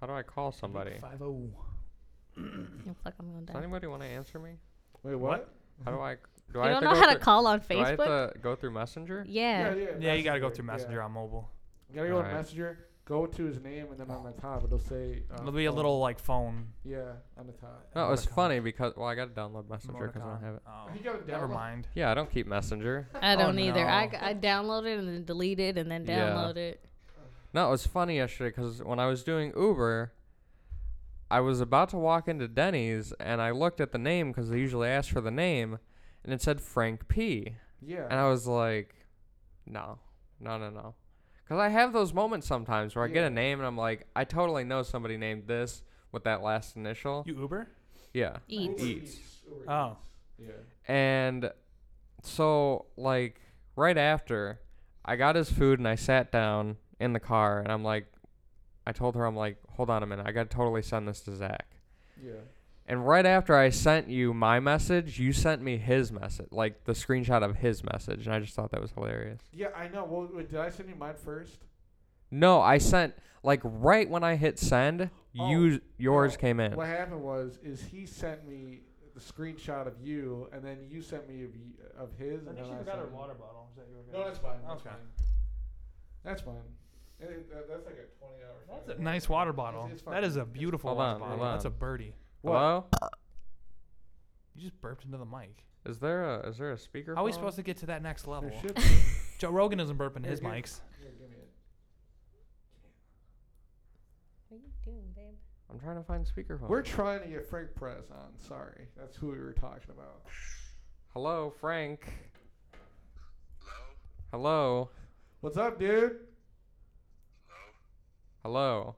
Speaker 3: How do I call somebody?
Speaker 5: Five oh.
Speaker 2: Oh, fuck, I'm gonna
Speaker 3: Does
Speaker 2: die.
Speaker 3: anybody want to answer me?
Speaker 1: Wait,
Speaker 5: What?
Speaker 1: what?
Speaker 3: How do I? Do I
Speaker 2: You
Speaker 3: have
Speaker 2: don't
Speaker 3: to
Speaker 2: know
Speaker 3: go
Speaker 2: how to
Speaker 3: through-
Speaker 2: call on
Speaker 3: Do I have
Speaker 2: Facebook?
Speaker 3: to go through Messenger?
Speaker 2: Yeah.
Speaker 5: Yeah, you gotta go through
Speaker 1: yeah.
Speaker 5: Messenger on mobile.
Speaker 1: You gotta go to
Speaker 3: Alright.
Speaker 1: Messenger. Go to his name, and then on the top it'll say. Uh,
Speaker 5: It'll be a
Speaker 1: phone.
Speaker 5: little like phone.
Speaker 1: Yeah, on the top.
Speaker 3: No, it's
Speaker 5: Emoticon.
Speaker 3: funny because well, I gotta download Messenger because I don't
Speaker 5: Emoticon.
Speaker 3: have it.
Speaker 1: You
Speaker 5: Oh,
Speaker 1: gotta
Speaker 5: never
Speaker 1: download-
Speaker 5: mind.
Speaker 3: Yeah, I don't
Speaker 2: (laughs)
Speaker 3: keep Messenger.
Speaker 2: I
Speaker 5: Oh,
Speaker 2: don't either. I,
Speaker 5: no.
Speaker 2: g- I downloaded and then deleted and then
Speaker 3: Yeah.
Speaker 2: downloaded. it.
Speaker 3: No, it was funny yesterday because when I was doing Uber, I was about to walk into Denny's and I looked at the name because they usually ask for the name, and it said Frank P.
Speaker 1: Yeah.
Speaker 3: And I was like, no, no, no, no. Because I have those moments sometimes where I get
Speaker 1: Yeah.
Speaker 3: a name and I'm like, I totally know somebody named this with that last initial.
Speaker 5: You Uber?
Speaker 3: yeah.
Speaker 2: Eats.
Speaker 1: Uber
Speaker 3: Eats.
Speaker 1: Uber
Speaker 5: Oh.
Speaker 1: Eats. Yeah.
Speaker 3: And so, like, right after, I got his food and I sat down in the car and I'm like, I told her, I'm like, hold on a minute. I got to totally send this to Zach.
Speaker 1: Yeah.
Speaker 3: And right after I sent you my message, you sent me his message, like the screenshot of his message, and I just thought that was hilarious.
Speaker 1: Yeah, I know. Well, wait, did I send you mine first?
Speaker 3: No, I sent like right when I hit send,
Speaker 1: Oh,
Speaker 3: you yours
Speaker 1: no.
Speaker 3: came in.
Speaker 1: What happened was, is he sent me the screenshot of you, and then you sent me of, y- of his.
Speaker 5: I
Speaker 1: and
Speaker 5: think
Speaker 1: then
Speaker 5: she
Speaker 1: I
Speaker 5: forgot her
Speaker 1: sent-
Speaker 5: water bottle. Is that your
Speaker 1: No, that's fine. That's
Speaker 5: Okay.
Speaker 1: fine. That's fine. It- it- that- that's like a twenty-hour.
Speaker 5: That's a nice water bottle.
Speaker 1: it's
Speaker 5: That is a
Speaker 1: fucking- it's
Speaker 5: beautiful
Speaker 3: Hold
Speaker 5: water
Speaker 3: on,
Speaker 5: bottle.
Speaker 3: hold
Speaker 5: That's a
Speaker 3: on.
Speaker 5: birdie.
Speaker 1: What?
Speaker 3: Hello?
Speaker 5: You just burped into the mic.
Speaker 3: Is there a is there a speaker?
Speaker 5: How are we supposed to get to that next level?
Speaker 1: There
Speaker 5: (laughs)
Speaker 1: should be.
Speaker 5: Joe Rogan isn't burping
Speaker 1: Here,
Speaker 5: his
Speaker 1: give-
Speaker 5: mics.
Speaker 1: Here, give me it.
Speaker 2: What are you doing, (laughs) babe?
Speaker 3: I'm trying to find speakerphone.
Speaker 1: We're trying to get Frank Perez on. Sorry, that's who we were talking about.
Speaker 3: Hello, Frank. Hello.
Speaker 1: What's up, dude?
Speaker 3: Hello.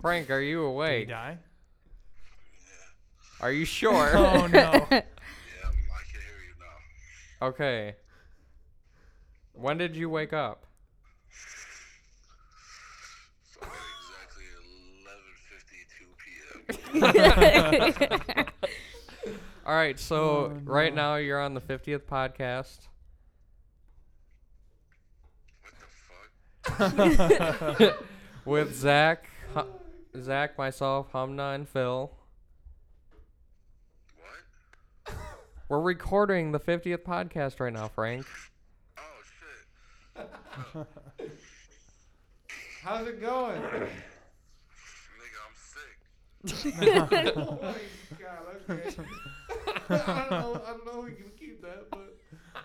Speaker 3: Frank, are you
Speaker 5: Did he
Speaker 3: awake? (laughs)
Speaker 5: die?
Speaker 3: Are you
Speaker 5: (laughs)
Speaker 3: sure? (laughs)
Speaker 5: Oh no.
Speaker 6: Yeah, I'm, I can hear you now.
Speaker 3: okay. When did you wake up?
Speaker 6: So at exactly 11:52 p.m.
Speaker 3: All right, so right now you're on the 50th podcast.
Speaker 6: What the fuck?
Speaker 3: with Zach, Hu- Zach, myself, Humna, and Phil.
Speaker 6: What?
Speaker 3: We're recording the 50th podcast right now, Frank.
Speaker 6: Oh shit.
Speaker 1: How's it going?
Speaker 6: Nigga, I'm sick.
Speaker 1: (laughs) oh my god. Okay. (laughs) I don't know. I don't know. if We can keep that, but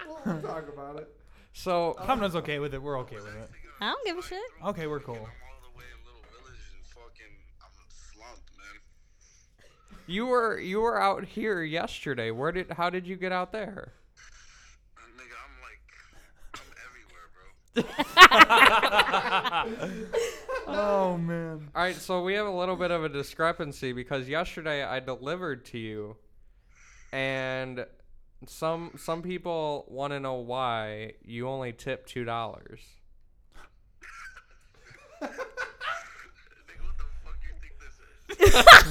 Speaker 1: we'll, we'll talk about it.
Speaker 3: So,
Speaker 5: Hamna's okay with it. We're okay with it.
Speaker 2: I don't give a shit.
Speaker 5: Okay, we're cool.
Speaker 6: I'm all the way in Little Village and fucking I'm slumped, man.
Speaker 3: you were you were out here yesterday. Where did how did you get out there?
Speaker 6: Uh, Nigga, I'm like I'm everywhere, bro.
Speaker 5: (laughs) Oh man. (laughs)
Speaker 3: All right, so we have a little bit of a discrepancy because yesterday I delivered to you, and some some people want to know why you only tipped two dollars.
Speaker 6: Nigga, what the fuck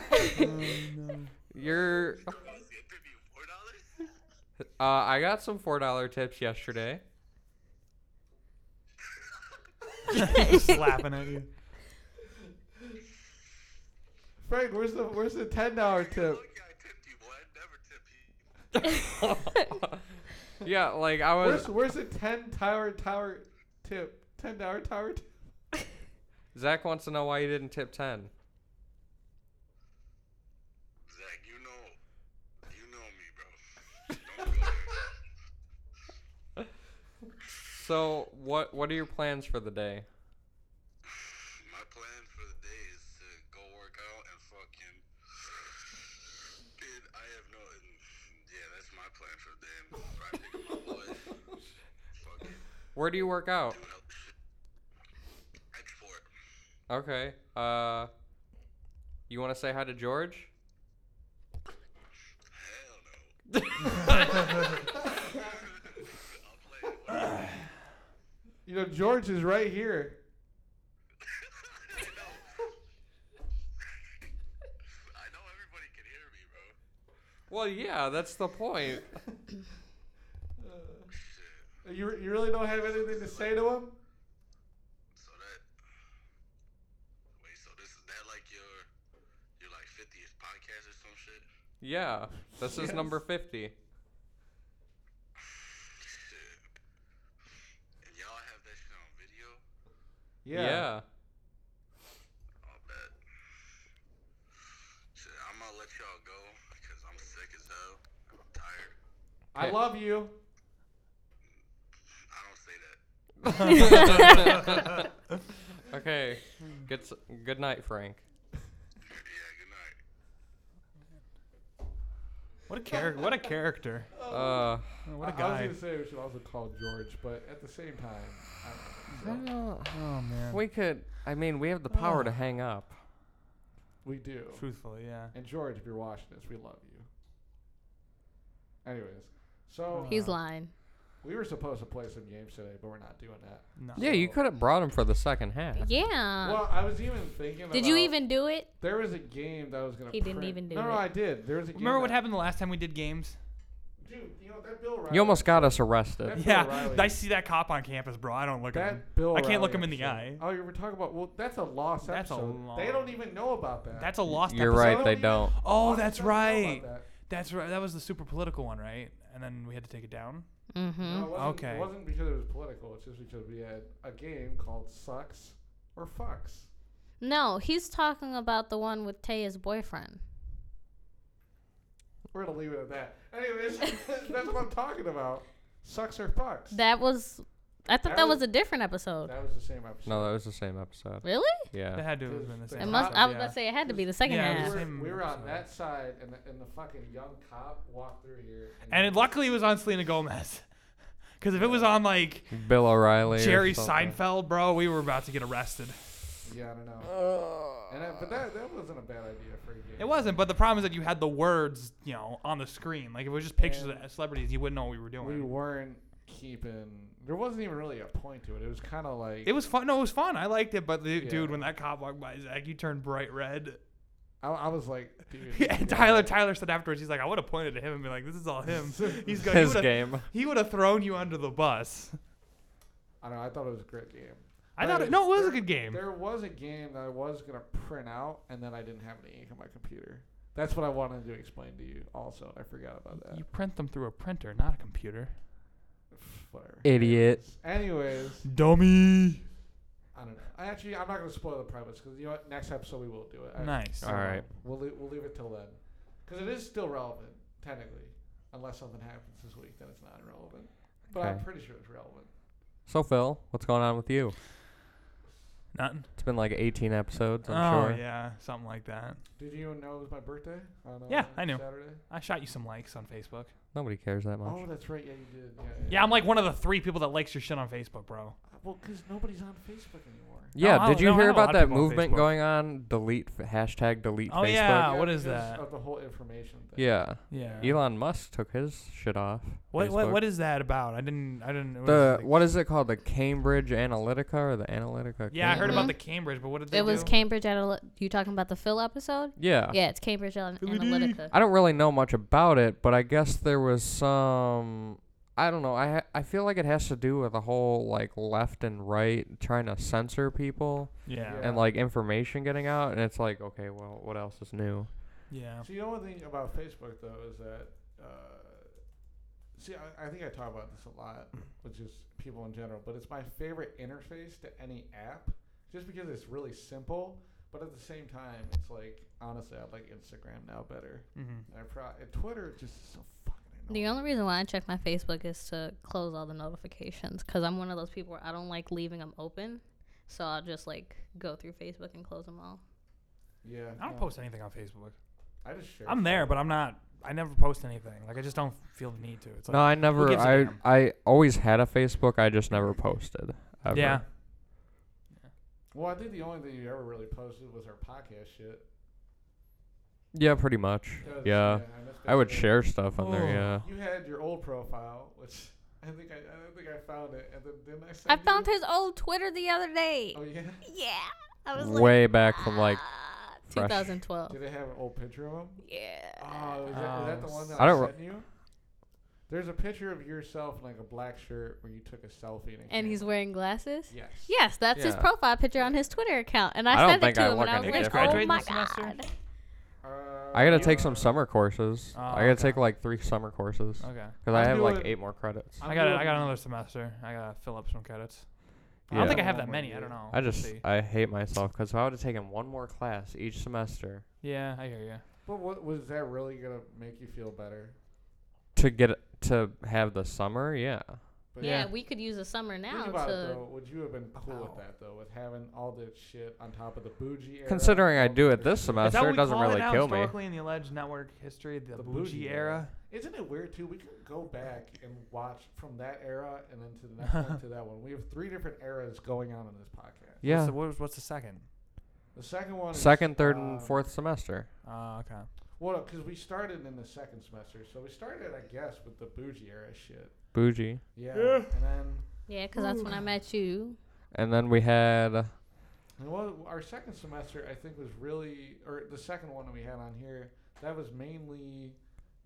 Speaker 6: you think this is?
Speaker 5: (laughs)
Speaker 3: You're
Speaker 6: I see a fifty four dollars?
Speaker 5: (laughs)
Speaker 3: uh, I got some four dollar tips yesterday. (laughs)
Speaker 5: Slapping at you.
Speaker 1: Frank, where's the where's the ten dollar tip?
Speaker 6: Look, I tipped you, boy. I never tip people.
Speaker 3: yeah, like I was
Speaker 1: Where's where's the ten tower tower tip? Ten dollar tower tip.
Speaker 3: Zach wants to know why you didn't tip ten.
Speaker 6: Zach, you know, you know me, bro. Don't go there.
Speaker 3: So what what are your plans for the day?
Speaker 6: My plan for the day is to go work out and fucking. Dude, I have no. Yeah, that's my plan for the day. I'm probably taking my boys. Fucking
Speaker 3: Where do you work out?
Speaker 6: doing other shit. Export.
Speaker 3: Okay. Uh, you want to say hi to George?
Speaker 6: Hell no. (laughs) I'll play.
Speaker 1: You know, George is right here.
Speaker 6: I know everybody can hear me, bro.
Speaker 3: Well, yeah, that's the point.
Speaker 1: You you really don't have anything to say to him?
Speaker 6: So that. Wait, so this is that like your. Your like 50th podcast or some shit?
Speaker 3: Yeah, this is number fifty.
Speaker 6: Shit. And y'all have that shit on video?
Speaker 3: Yeah.
Speaker 6: I'll bet. Shit, I'm gonna let y'all go because I'm sick as hell. and I'm tired.
Speaker 1: I
Speaker 3: Okay.
Speaker 1: love you.
Speaker 6: I don't say that.
Speaker 3: Okay. Good s- good night, Frank.
Speaker 6: Yeah, good night.
Speaker 5: What a character. What a character. Oh.
Speaker 3: Uh,
Speaker 5: What a
Speaker 1: I- I
Speaker 5: guy.
Speaker 1: was gonna say we should also call George, but at the same time, I don't know, so
Speaker 5: Oh man.
Speaker 3: we could. I mean, we have the power to hang up.
Speaker 1: we do.
Speaker 5: Truthfully, yeah.
Speaker 1: And George, if you're watching this, we love you. Anyways, so
Speaker 2: He's lying.
Speaker 1: We were supposed to play some games today, but we're not doing that.
Speaker 5: No.
Speaker 3: Yeah, you
Speaker 1: So-
Speaker 3: could have brought him for the second half.
Speaker 2: Yeah.
Speaker 1: Well, I was even thinking.
Speaker 2: Uh. Did you
Speaker 1: about-
Speaker 2: even do it?
Speaker 1: There was a game that I was gonna.
Speaker 2: He didn't
Speaker 1: print-
Speaker 2: even do
Speaker 1: No, no,
Speaker 2: it.
Speaker 1: I did. There was a game.
Speaker 5: Remember what
Speaker 1: that-
Speaker 5: happened the last time we did games?
Speaker 1: Dude, you know that Bill Riley.
Speaker 3: You almost got us arrested.
Speaker 1: Bill
Speaker 5: Yeah,
Speaker 1: O'Reilly.
Speaker 5: I see that cop on campus, bro. I don't look at him.
Speaker 1: That Bill.
Speaker 5: I can't look
Speaker 1: O'Reilly
Speaker 5: him in the
Speaker 1: episode.
Speaker 5: eye.
Speaker 1: Oh, you were talking about. Well, that's a lost
Speaker 5: That's a
Speaker 1: episode. they don't
Speaker 5: long-
Speaker 1: even know about that.
Speaker 5: That's a lost.
Speaker 3: You're
Speaker 5: episode.
Speaker 3: right, they
Speaker 1: even-
Speaker 3: don't.
Speaker 5: Oh,
Speaker 1: Lost
Speaker 5: that's
Speaker 1: doesn't know about
Speaker 5: right.
Speaker 1: that.
Speaker 5: That's right. That was the super political one, right? And then we had to take it down.
Speaker 2: Mm-hmm.
Speaker 5: Hmm.
Speaker 1: No, it wasn't,
Speaker 5: Okay.
Speaker 1: It wasn't because it was political. It's just because we had a game called Sucks or Fucks.
Speaker 2: No, he's talking about the one with Taya's boyfriend.
Speaker 1: We're gonna leave it at that. Anyways, (laughs) that's what I'm talking about. Sucks or fucks.
Speaker 2: That was, I thought
Speaker 1: That
Speaker 2: that,
Speaker 1: was-
Speaker 2: was, a different episode.
Speaker 1: That was the same episode.
Speaker 3: (laughs) No, that was the same episode.
Speaker 2: really?
Speaker 5: That (laughs)
Speaker 3: Yeah.
Speaker 5: had to
Speaker 1: It was
Speaker 5: have been the
Speaker 1: the
Speaker 5: same.
Speaker 2: It must.
Speaker 5: episode,
Speaker 2: I was
Speaker 5: yeah.
Speaker 2: about to say it had to be the second
Speaker 5: Yeah, it
Speaker 1: we
Speaker 5: was
Speaker 2: half.
Speaker 5: the
Speaker 1: were,
Speaker 5: same
Speaker 1: we were on
Speaker 5: episode.
Speaker 1: that side, and the, and the fucking young cop walked through here.
Speaker 5: And it, luckily, it was on Selena Gomez. (laughs) Because if it was on like
Speaker 3: Bill O'Reilly. or
Speaker 5: Jerry
Speaker 3: something.
Speaker 5: Seinfeld, bro, we were about to get arrested.
Speaker 1: yeah, I don't know. and I, but that that wasn't a bad idea for a game.
Speaker 5: It wasn't, but the problem is that you had the words, you know, on the screen. Like if it was just pictures
Speaker 1: And-
Speaker 5: of celebrities, you wouldn't know what we were
Speaker 1: We
Speaker 5: doing.
Speaker 1: weren't keeping. There wasn't even really a point to it. It was kind of like
Speaker 5: it was fun. No, it was fun. I liked it, but the,
Speaker 1: Yeah.
Speaker 5: dude, when that cop walked by, Zach, you turned bright red.
Speaker 1: I, I was
Speaker 5: (laughs)
Speaker 1: like, dude.
Speaker 5: and
Speaker 1: yeah.
Speaker 5: Tyler, Tyler said afterwards, he's like, I would have pointed at him and been like, "This is all (laughs) him." He's going,
Speaker 3: His
Speaker 5: he would've-
Speaker 3: game.
Speaker 5: he would have thrown you under the bus.
Speaker 1: I don't know. I thought it was a great game.
Speaker 5: I
Speaker 1: But
Speaker 5: thought, it, no, it was a
Speaker 1: there-
Speaker 5: good game.
Speaker 1: There was a game that I was gonna print out, and then I didn't have any ink on my computer. That's what I wanted to explain to you. Also, I forgot about that.
Speaker 5: You print them through a printer, not a computer.
Speaker 1: Whatever.
Speaker 3: Idiot.
Speaker 1: Anyways,
Speaker 5: Dummy.
Speaker 1: I don't know. I actually, I'm not gonna spoil the premise because you know what? Next episode we will do it. I-
Speaker 5: Nice.
Speaker 1: I don't
Speaker 3: All
Speaker 1: know.
Speaker 3: right.
Speaker 1: We'll lea- we'll leave it till then, because it is still relevant technically, unless something happens this week then it's not relevant. But I'm
Speaker 3: Okay.
Speaker 1: pretty sure it's relevant.
Speaker 3: So Phil, what's going on with you?
Speaker 5: Nothing.
Speaker 3: It's been like 18 episodes, I'm
Speaker 5: oh
Speaker 3: sure.
Speaker 5: yeah, something like that.
Speaker 1: Did you know it was my birthday on uh,
Speaker 5: Yeah, I knew.
Speaker 1: Saturday?
Speaker 5: I shot you some likes on Facebook.
Speaker 3: Nobody cares that much.
Speaker 1: Oh, that's right. Yeah, you did. Yeah,
Speaker 5: Yeah, I'm like one of the three people that likes your shit on Facebook, bro.
Speaker 1: Well, because nobody's on Facebook anymore.
Speaker 3: yeah,
Speaker 5: No, I
Speaker 3: did
Speaker 5: don't-
Speaker 3: you
Speaker 5: no, I
Speaker 3: hear
Speaker 5: know a lot
Speaker 3: about
Speaker 5: of
Speaker 3: that
Speaker 5: people on
Speaker 3: movement
Speaker 5: Facebook.
Speaker 3: going on? Delete f- hashtag delete
Speaker 5: Oh,
Speaker 3: Facebook.
Speaker 5: yeah.
Speaker 1: Yeah,
Speaker 5: what is
Speaker 1: because
Speaker 5: that?
Speaker 1: Of the whole information thing.
Speaker 3: Yeah.
Speaker 5: Yeah.
Speaker 3: Elon Musk took his shit off.
Speaker 5: What, what
Speaker 3: Facebook.
Speaker 5: what is that about? I didn't I didn't. it was
Speaker 3: the
Speaker 5: like-
Speaker 3: what is it called? The Cambridge Analytica or the Analytica?
Speaker 5: Yeah, I heard about
Speaker 2: Mhm.
Speaker 5: the Cambridge, but what did they
Speaker 2: It was
Speaker 5: do?
Speaker 2: Cambridge Analytica. You talking about the Phil episode?
Speaker 3: Yeah.
Speaker 2: Yeah, it's Cambridge Ana-
Speaker 5: Philly D.
Speaker 2: Analytica.
Speaker 3: I don't really know much about it, but I guess there was some. I don't know. I ha- I feel like it has to do with the whole like left and right trying to censor people
Speaker 5: yeah.
Speaker 1: Yeah.
Speaker 3: and like information getting out, and it's like okay, well, what else is new?
Speaker 5: Yeah.
Speaker 1: So you know one thing about Facebook though is that, uh, see, I, I think I talk about this a lot,
Speaker 5: Mm.
Speaker 1: which is people in general, but it's my favorite interface to any app, just because it's really simple. But at the same time, it's like honestly, I like Instagram now better.
Speaker 5: Mm-hmm.
Speaker 1: And I pro- and Twitter is just so fucking annoying.
Speaker 2: The only reason why I check my Facebook is to close all the notifications because I'm one of those people where I don't like leaving them open. So I'll just like go through Facebook and close them all.
Speaker 1: yeah,
Speaker 5: I don't
Speaker 1: no,
Speaker 5: post anything on Facebook.
Speaker 1: I just share.
Speaker 5: I'm there, but I'm not. I never post anything. Like I just don't feel the need to. It's like,
Speaker 3: No, I never.
Speaker 5: gives a
Speaker 3: I
Speaker 5: damn?
Speaker 3: I always had a Facebook. I just never posted. ever.
Speaker 5: yeah.
Speaker 1: Well, I think the only thing you ever really posted was our podcast shit.
Speaker 3: Yeah, pretty much.
Speaker 1: 'Cause,
Speaker 3: Yeah.
Speaker 1: I miss
Speaker 3: I would
Speaker 1: Facebook.
Speaker 3: share stuff on there.
Speaker 5: Oh.
Speaker 3: Yeah.
Speaker 1: You had your old profile, which I think I, I think I found it, and then didn't I?
Speaker 2: I
Speaker 1: send
Speaker 2: found
Speaker 1: you?
Speaker 2: his old Twitter the other day.
Speaker 1: Oh yeah.
Speaker 2: Yeah, I was like,
Speaker 3: Way back from like
Speaker 2: "Ah,"
Speaker 3: fresh-
Speaker 2: 2012.
Speaker 1: Did it have an old picture of him?
Speaker 2: Yeah.
Speaker 1: Oh, is that, is that the
Speaker 5: Oh,
Speaker 1: one that
Speaker 3: I
Speaker 1: I,
Speaker 3: don't re-
Speaker 1: sent you? There's a picture of yourself in like a black shirt where you took a selfie. And, it came-
Speaker 2: And he's wearing glasses.
Speaker 1: yes.
Speaker 2: Yes, that's his
Speaker 3: Yeah.
Speaker 2: profile picture on his Twitter account, and
Speaker 3: I
Speaker 2: I,
Speaker 3: don't
Speaker 2: sent
Speaker 3: think
Speaker 2: it to
Speaker 3: I
Speaker 2: him,
Speaker 3: look
Speaker 2: and I
Speaker 3: any
Speaker 2: was like,
Speaker 5: different.
Speaker 2: "Oh my
Speaker 5: Graduating this semester?
Speaker 2: god!"
Speaker 1: Uh,
Speaker 3: I gotta
Speaker 1: you
Speaker 3: take
Speaker 1: are-
Speaker 3: some summer courses.
Speaker 5: Oh,
Speaker 3: I gotta
Speaker 5: okay.
Speaker 3: take like three summer courses because
Speaker 5: Okay.
Speaker 3: I
Speaker 1: I'm
Speaker 3: have like
Speaker 1: doing-
Speaker 3: eight more credits.
Speaker 1: I'm
Speaker 5: i got.
Speaker 1: doing-
Speaker 5: I got another semester. I gotta fill up some credits. I
Speaker 3: Yeah.
Speaker 5: don't think I have
Speaker 1: Oh
Speaker 5: that
Speaker 1: my
Speaker 5: many. I
Speaker 1: God.
Speaker 5: don't know.
Speaker 3: I
Speaker 5: We'll
Speaker 3: just
Speaker 5: see.
Speaker 3: I hate myself because if I would have taken one more class each semester
Speaker 5: Yeah, I hear you.
Speaker 1: But what was that really gonna make you feel better?
Speaker 3: to get to have the summer, yeah,
Speaker 1: But
Speaker 2: Yeah,
Speaker 5: Yeah.
Speaker 2: we could use the summer now
Speaker 1: Think about it
Speaker 2: to. Oh.
Speaker 1: though. Would you have been cool with
Speaker 5: Ow.
Speaker 1: that though, with having all this shit on top of the bougie era?
Speaker 3: Considering I
Speaker 1: all
Speaker 3: do
Speaker 1: this
Speaker 3: it
Speaker 1: other
Speaker 3: this
Speaker 1: shit?
Speaker 5: Is
Speaker 3: semester,
Speaker 5: that
Speaker 3: it
Speaker 5: what we
Speaker 3: doesn't
Speaker 5: call it
Speaker 3: really
Speaker 5: now
Speaker 3: kill me.
Speaker 5: historically in the alleged network history, the,
Speaker 1: The
Speaker 5: bougie,
Speaker 1: bougie
Speaker 5: era?
Speaker 1: Isn't it weird too? We could go back and watch from that era and then to the next one
Speaker 3: (laughs)
Speaker 1: to that one. We have three different eras going on in this podcast.
Speaker 5: What's
Speaker 3: Yeah,
Speaker 5: the, what was- what's the second?
Speaker 1: The second one,
Speaker 3: second,
Speaker 1: is,
Speaker 3: third, and
Speaker 5: Uh,
Speaker 1: um,
Speaker 3: fourth semester.
Speaker 5: Oh, okay.
Speaker 1: Well, because we started in the second semester, so we started, I guess, with the bougie era shit.
Speaker 3: Bougie.
Speaker 1: Yeah. And then
Speaker 2: Yeah, 'cause that's when I met you.
Speaker 3: And then we had
Speaker 1: and well, our second semester I think was really or the second one that we had on here that was mainly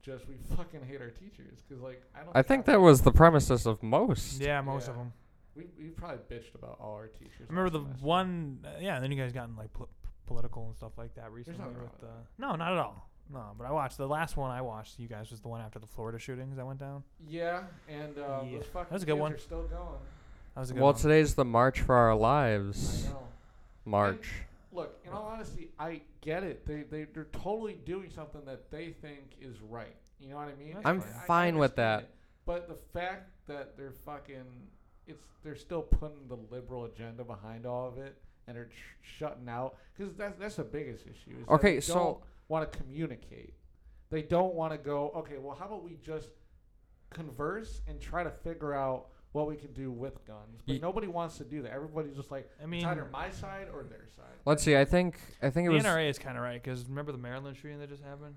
Speaker 1: just we fucking hate our teachers because like I don't.
Speaker 3: I think that was the premises of most.
Speaker 5: Yeah, most
Speaker 1: Yeah.
Speaker 5: of them.
Speaker 1: we we probably bitched about all our teachers.
Speaker 5: I remember the
Speaker 1: last semester.
Speaker 5: one. Uh, yeah, and then you guys gotten like pol- political and stuff like that recently.
Speaker 1: nothing wrong
Speaker 5: With, uh,
Speaker 1: with
Speaker 5: no, not at all. No, but I watched the last one. I watched you guys was the one after the Florida shootings that went down.
Speaker 1: Yeah, and um,
Speaker 5: Yeah.
Speaker 1: those fucking
Speaker 5: That was a good
Speaker 1: kids
Speaker 5: one.
Speaker 1: are still going.
Speaker 5: That was a good
Speaker 3: Well,
Speaker 5: one.
Speaker 3: today's the March for Our
Speaker 1: I
Speaker 3: Lives.
Speaker 1: know.
Speaker 3: March.
Speaker 1: Look, in all honesty, I get it. They they they're totally doing something that they think is right. You know what I mean?
Speaker 5: That's
Speaker 3: I'm
Speaker 1: I- I
Speaker 3: fine with
Speaker 1: understand
Speaker 3: that.
Speaker 1: it. But the fact that they're fucking, it's they're still putting the liberal agenda behind all of it, and they're sh- shutting out because that's that's the biggest issue. Is that
Speaker 3: Okay,
Speaker 1: they
Speaker 3: so-
Speaker 1: don't want to communicate. They don't want to go. Okay, well, how about we just converse and try to figure out what we can do with guns? But
Speaker 3: Ye-
Speaker 1: nobody wants to do that. Everybody's just like,
Speaker 5: I mean,
Speaker 1: it's either my side or their side.
Speaker 3: Let's see. I think I think
Speaker 5: the
Speaker 3: it was
Speaker 5: NRA is kind of right because remember the Maryland shooting that just happened.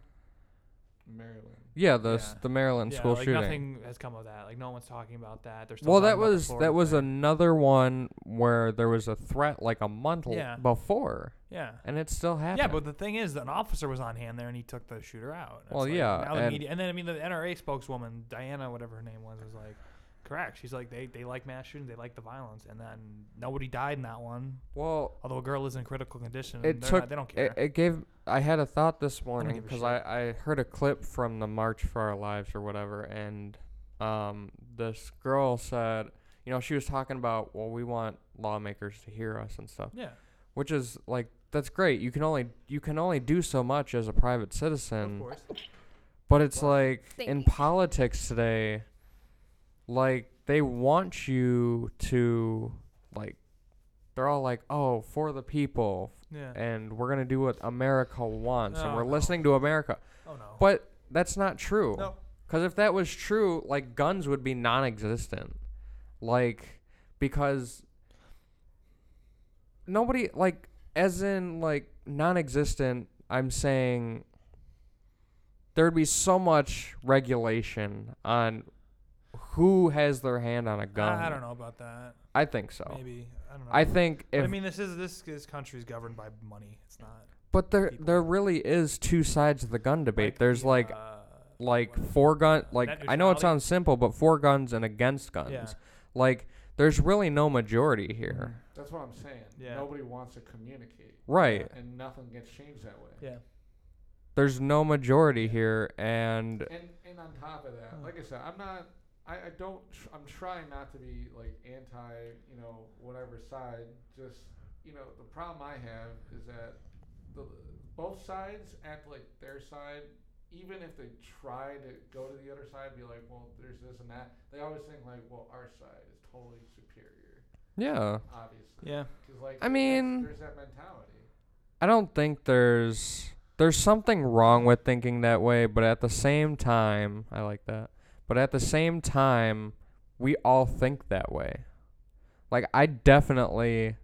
Speaker 1: Maryland.
Speaker 3: yeah the s
Speaker 5: Yeah.
Speaker 3: the Maryland
Speaker 5: yeah,
Speaker 3: school
Speaker 5: like
Speaker 3: shooting.
Speaker 5: nothing has come of that. Like no one's talking about that. They're still
Speaker 3: well,
Speaker 5: talking
Speaker 3: that
Speaker 5: about the
Speaker 3: was
Speaker 5: Florida
Speaker 3: that was
Speaker 5: thing.
Speaker 3: another one where there was a threat like a month l-
Speaker 5: Yeah.
Speaker 3: before,
Speaker 5: yeah.
Speaker 3: and it still happened.
Speaker 5: Yeah, but the thing is, an officer was on hand there, and he took the shooter out. And it's
Speaker 3: Well,
Speaker 5: like,
Speaker 3: yeah,
Speaker 5: now the
Speaker 3: and-
Speaker 5: media, and then I mean, the NRA spokeswoman Diana, whatever her name was, was like, correct. She's like, they they like mass shootings, they like the violence, and then nobody died in that one.
Speaker 3: well,
Speaker 5: Although a girl is in critical condition,
Speaker 3: it
Speaker 5: they're
Speaker 3: took
Speaker 5: not, they don't care.
Speaker 3: it, it gave. I had a thought this morning
Speaker 5: give a
Speaker 3: because
Speaker 5: shit.
Speaker 3: I I heard a clip from the March for Our Lives or whatever, and um this girl said, you know, she was talking about well we want lawmakers to hear us and stuff.
Speaker 5: yeah,
Speaker 3: which is like that's great. You can only you can only do so much as a private
Speaker 5: of
Speaker 3: citizen,
Speaker 5: course.
Speaker 3: but it's like
Speaker 2: Thank
Speaker 3: in
Speaker 2: you.
Speaker 3: politics today, like they want you to like they're all like, "Oh, for the people
Speaker 5: Yeah.
Speaker 3: and we're going to do what America wants and
Speaker 5: No,
Speaker 3: we're
Speaker 5: no.
Speaker 3: listening to America."
Speaker 5: Oh no.
Speaker 3: But that's not true.
Speaker 5: No.
Speaker 3: Because if that was true, like guns would be non-existent. Like because nobody like as in like non-existent. I'm saying there would be so much regulation on who has their hand on a gun.
Speaker 5: I, I don't know about that.
Speaker 3: I think so.
Speaker 5: Maybe I don't know.
Speaker 3: I think
Speaker 5: But
Speaker 3: if
Speaker 5: I mean, this is this this country is governed by money. It's not
Speaker 3: but there
Speaker 5: people-
Speaker 3: there really is two sides of the gun debate.
Speaker 5: like
Speaker 3: There's
Speaker 5: the,
Speaker 3: like
Speaker 5: uh,
Speaker 3: like
Speaker 5: what-
Speaker 3: four gun like
Speaker 5: net
Speaker 3: I know it
Speaker 5: neutrality?
Speaker 3: sounds simple, but for guns and against guns.
Speaker 5: Yeah. Mm.
Speaker 3: Like there's really no majority
Speaker 5: Mm-hmm.
Speaker 3: here.
Speaker 1: That's what I'm saying.
Speaker 5: Yeah.
Speaker 1: Nobody wants to communicate.
Speaker 3: Right.
Speaker 1: And nothing gets changed that way.
Speaker 5: Yeah.
Speaker 3: There's no majority here and
Speaker 1: And and on top of that,
Speaker 5: Huh.
Speaker 1: like I said, I'm not. I, I don't. Tr- I'm trying not to be like anti, you know, whatever side. Just you know, the problem I have is that the both sides act like their side, even if they try to go to the other side, be like, well, there's this and that. They always think like, well, our side is totally superior,
Speaker 3: yeah.
Speaker 1: obviously.
Speaker 5: yeah.
Speaker 1: 'Cause, like,
Speaker 3: I
Speaker 1: that's-
Speaker 3: mean-
Speaker 1: there's that mentality.
Speaker 3: I don't think there's there's something wrong with thinking that way, but at the same time, I like that. But at the same time, we all think that way. Like I definitely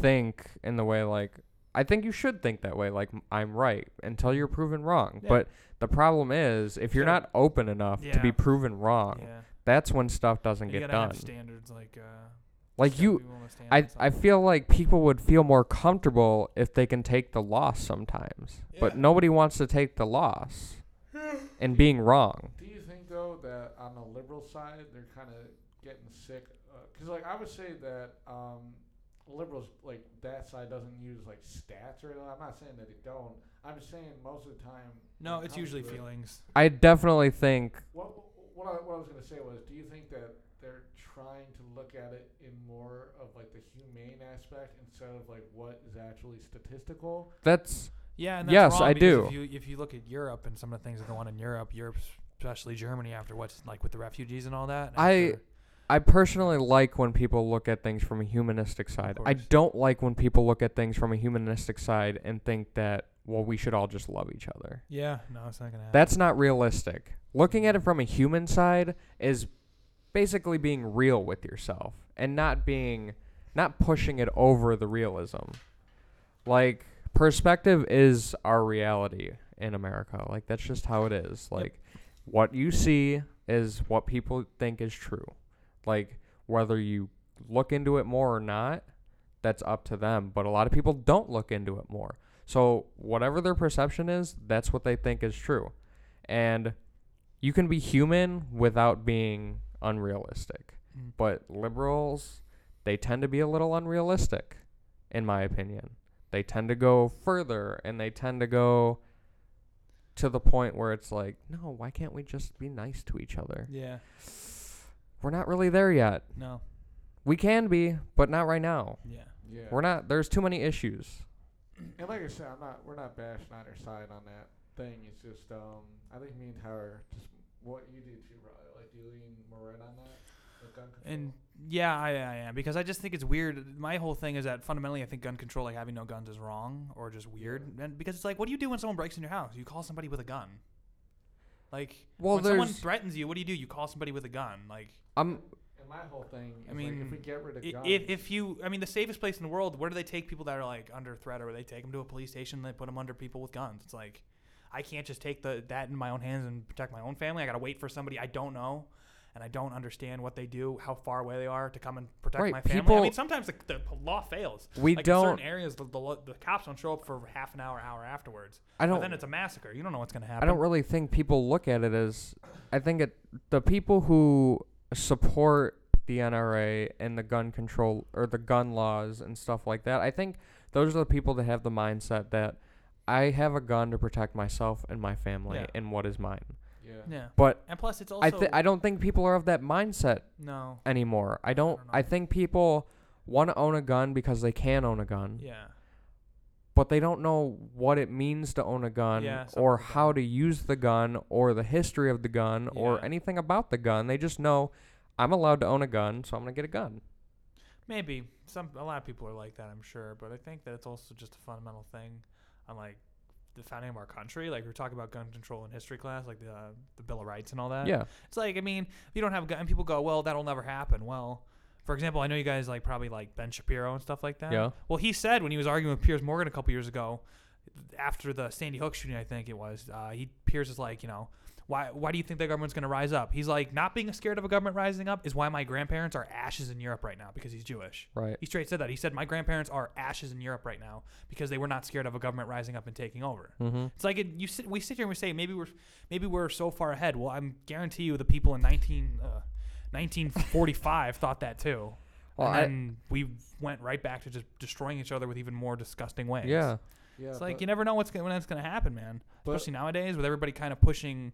Speaker 3: think in the way like I think you should think that way like m- I'm right until you're proven wrong.
Speaker 5: Yeah.
Speaker 3: But the problem is if you're
Speaker 5: Gotta-
Speaker 3: not open enough to be
Speaker 5: Yeah.
Speaker 3: proven wrong,
Speaker 5: Yeah.
Speaker 3: that's when stuff doesn't get
Speaker 5: you gotta
Speaker 3: done.
Speaker 5: have standards like. Uh,
Speaker 3: Like
Speaker 5: gotta
Speaker 3: you
Speaker 5: be willing to stand
Speaker 3: I
Speaker 5: on
Speaker 3: I
Speaker 5: something.
Speaker 3: feel like people would feel more comfortable if they can take the loss sometimes. But
Speaker 5: Yeah.
Speaker 3: nobody wants to take the
Speaker 5: (sighs)
Speaker 3: loss and being wrong.
Speaker 1: Do you think though that on the liberal side they're kind of getting sick? Because like I would say that um, liberals like that side doesn't use like stats or anything. I'm not saying that they don't. I'm saying most of the time.
Speaker 5: No,
Speaker 1: when it
Speaker 5: it's
Speaker 1: comes
Speaker 5: usually
Speaker 1: to it-
Speaker 5: feelings.
Speaker 3: I definitely think
Speaker 1: What what I, what I was gonna say was, do you think that they're trying to look at it in more of like the humane aspect instead of like what is actually statistical?
Speaker 3: that's
Speaker 5: Yeah, and that's
Speaker 3: Yes,
Speaker 5: wrong
Speaker 3: I
Speaker 5: because
Speaker 3: do.
Speaker 5: If you if you look at Europe and some of the things that go on in Europe, Europe, especially Germany, after what's like with the refugees and all that. and
Speaker 3: I-
Speaker 5: after-
Speaker 3: I personally like when people look at things from a humanistic side. I
Speaker 5: course.
Speaker 3: don't like when people look at things from a humanistic side and think that well we should all just love each other.
Speaker 5: yeah, no, it's not gonna happen.
Speaker 3: That's not realistic. Looking at it from a human side is basically being real with yourself and not being not pushing it over the realism. Like perspective is our reality in America. Like that's just how it is. Like what you see is what people think is true. Like whether you look into it more or not, that's up to them. But a lot of people don't look into it more. So whatever their perception is, that's what they think is true. And you can be human without being unrealistic.
Speaker 5: Mm.
Speaker 3: But liberals, they tend to be a little unrealistic, in my opinion. They tend to go further and they tend to go to the point where it's like, no, why can't we just be nice to each other?
Speaker 5: Yeah.
Speaker 3: We're not really there yet.
Speaker 5: No.
Speaker 3: We can be, but not right now.
Speaker 5: Yeah.
Speaker 1: Yeah.
Speaker 3: We're not, there's too many issues.
Speaker 1: And like I said, I'm not. We're not bashing either side on that thing. It's just, um, I think me and Tyler, just what you did too, probably. Like, do you lean more right on that? Like gun control?
Speaker 5: And yeah, I, I am because I just think it's weird. My whole thing is that fundamentally, I think gun control, like having no guns, is wrong or just weird. And because it's like, what do you do when someone breaks in your house? You call somebody with a gun. Like
Speaker 3: Well,
Speaker 5: when someone
Speaker 3: there's-
Speaker 5: threatens you, what do you do? You call somebody with a gun. Like
Speaker 3: I'm,
Speaker 1: and my whole thing. Is
Speaker 5: I
Speaker 1: like if
Speaker 5: mean,
Speaker 1: we get rid of
Speaker 5: i-
Speaker 1: guns,
Speaker 5: if if you, I mean, the safest place in the world. Where do they take people that are like under threat, or they take them to a police station? They put them under people with guns. It's like I can't just take the that in my own hands and protect my own family. I gotta wait for somebody I don't know. And I don't understand what they do, how far away they are to come and protect
Speaker 3: Right,
Speaker 5: my family. I
Speaker 3: people-
Speaker 5: mean, sometimes the, the law fails.
Speaker 3: we
Speaker 5: like in
Speaker 3: don't,
Speaker 5: certain areas, the, the, lo- the cops don't show up for half an hour, hour afterwards.
Speaker 3: I
Speaker 5: But
Speaker 3: don't,
Speaker 5: then it's a massacre. You don't know what's going to
Speaker 3: I
Speaker 5: happen.
Speaker 3: don't really think people look at it as. I think it the people who support the NRA and the gun control or the gun laws and stuff like that. I think those are the people that have the mindset that I have a gun to protect myself and my family
Speaker 5: Yeah.
Speaker 3: and what is mine.
Speaker 1: yeah.
Speaker 5: Yeah.
Speaker 3: But
Speaker 5: And plus, it's also
Speaker 3: I th- I don't think people are of that mindset
Speaker 5: no.
Speaker 3: anymore. I don't.
Speaker 5: don't
Speaker 3: I,
Speaker 5: know.
Speaker 3: think people want to own a gun because they can own a gun,
Speaker 5: Yeah.
Speaker 3: but they don't know what it means to own a gun
Speaker 5: Yeah, something
Speaker 3: or
Speaker 5: like that.
Speaker 3: how to use the gun or the history of the gun or
Speaker 5: Yeah.
Speaker 3: anything about the gun. They just know I'm allowed to own a gun, so I'm going to get a gun.
Speaker 5: Maybe some a lot of people are like that. I'm sure, but I think that it's also just a fundamental thing on like the founding of our country. Like we were talking about gun control in history class, like the uh, the Bill of Rights and all that.
Speaker 3: yeah.
Speaker 5: It's like I mean, if you don't have a gun, and people go, well, that'll never happen. Well. For example, I know you guys like probably like Ben Shapiro and stuff like that.
Speaker 3: Yeah.
Speaker 5: Well, he said when he was arguing with Piers Morgan a couple years ago, after the Sandy Hook shooting, I think it was, uh, he Piers is like, you know, why why do you think the government's going to rise up? He's like, not being scared of a government rising up is why my grandparents are ashes in Europe right now because he's Jewish.
Speaker 3: Right.
Speaker 5: He straight said that. He said my grandparents are ashes in Europe right now because they were not scared of a government rising up and taking over.
Speaker 3: Mm-hmm.
Speaker 5: It's like it, you sit, we sit here and we say maybe we're maybe we're so far ahead. Well, I'm guarantee you the people in 19 uh, 1945 (laughs) thought that too.
Speaker 3: Well,
Speaker 5: and
Speaker 3: I-
Speaker 5: then we went right back to just destroying each other with even more disgusting ways.
Speaker 3: Yeah.
Speaker 1: Yeah.
Speaker 5: It's like
Speaker 1: but-
Speaker 5: you never know what's gonna, when that's going to happen, man.
Speaker 1: but-
Speaker 5: Especially nowadays with everybody kind of pushing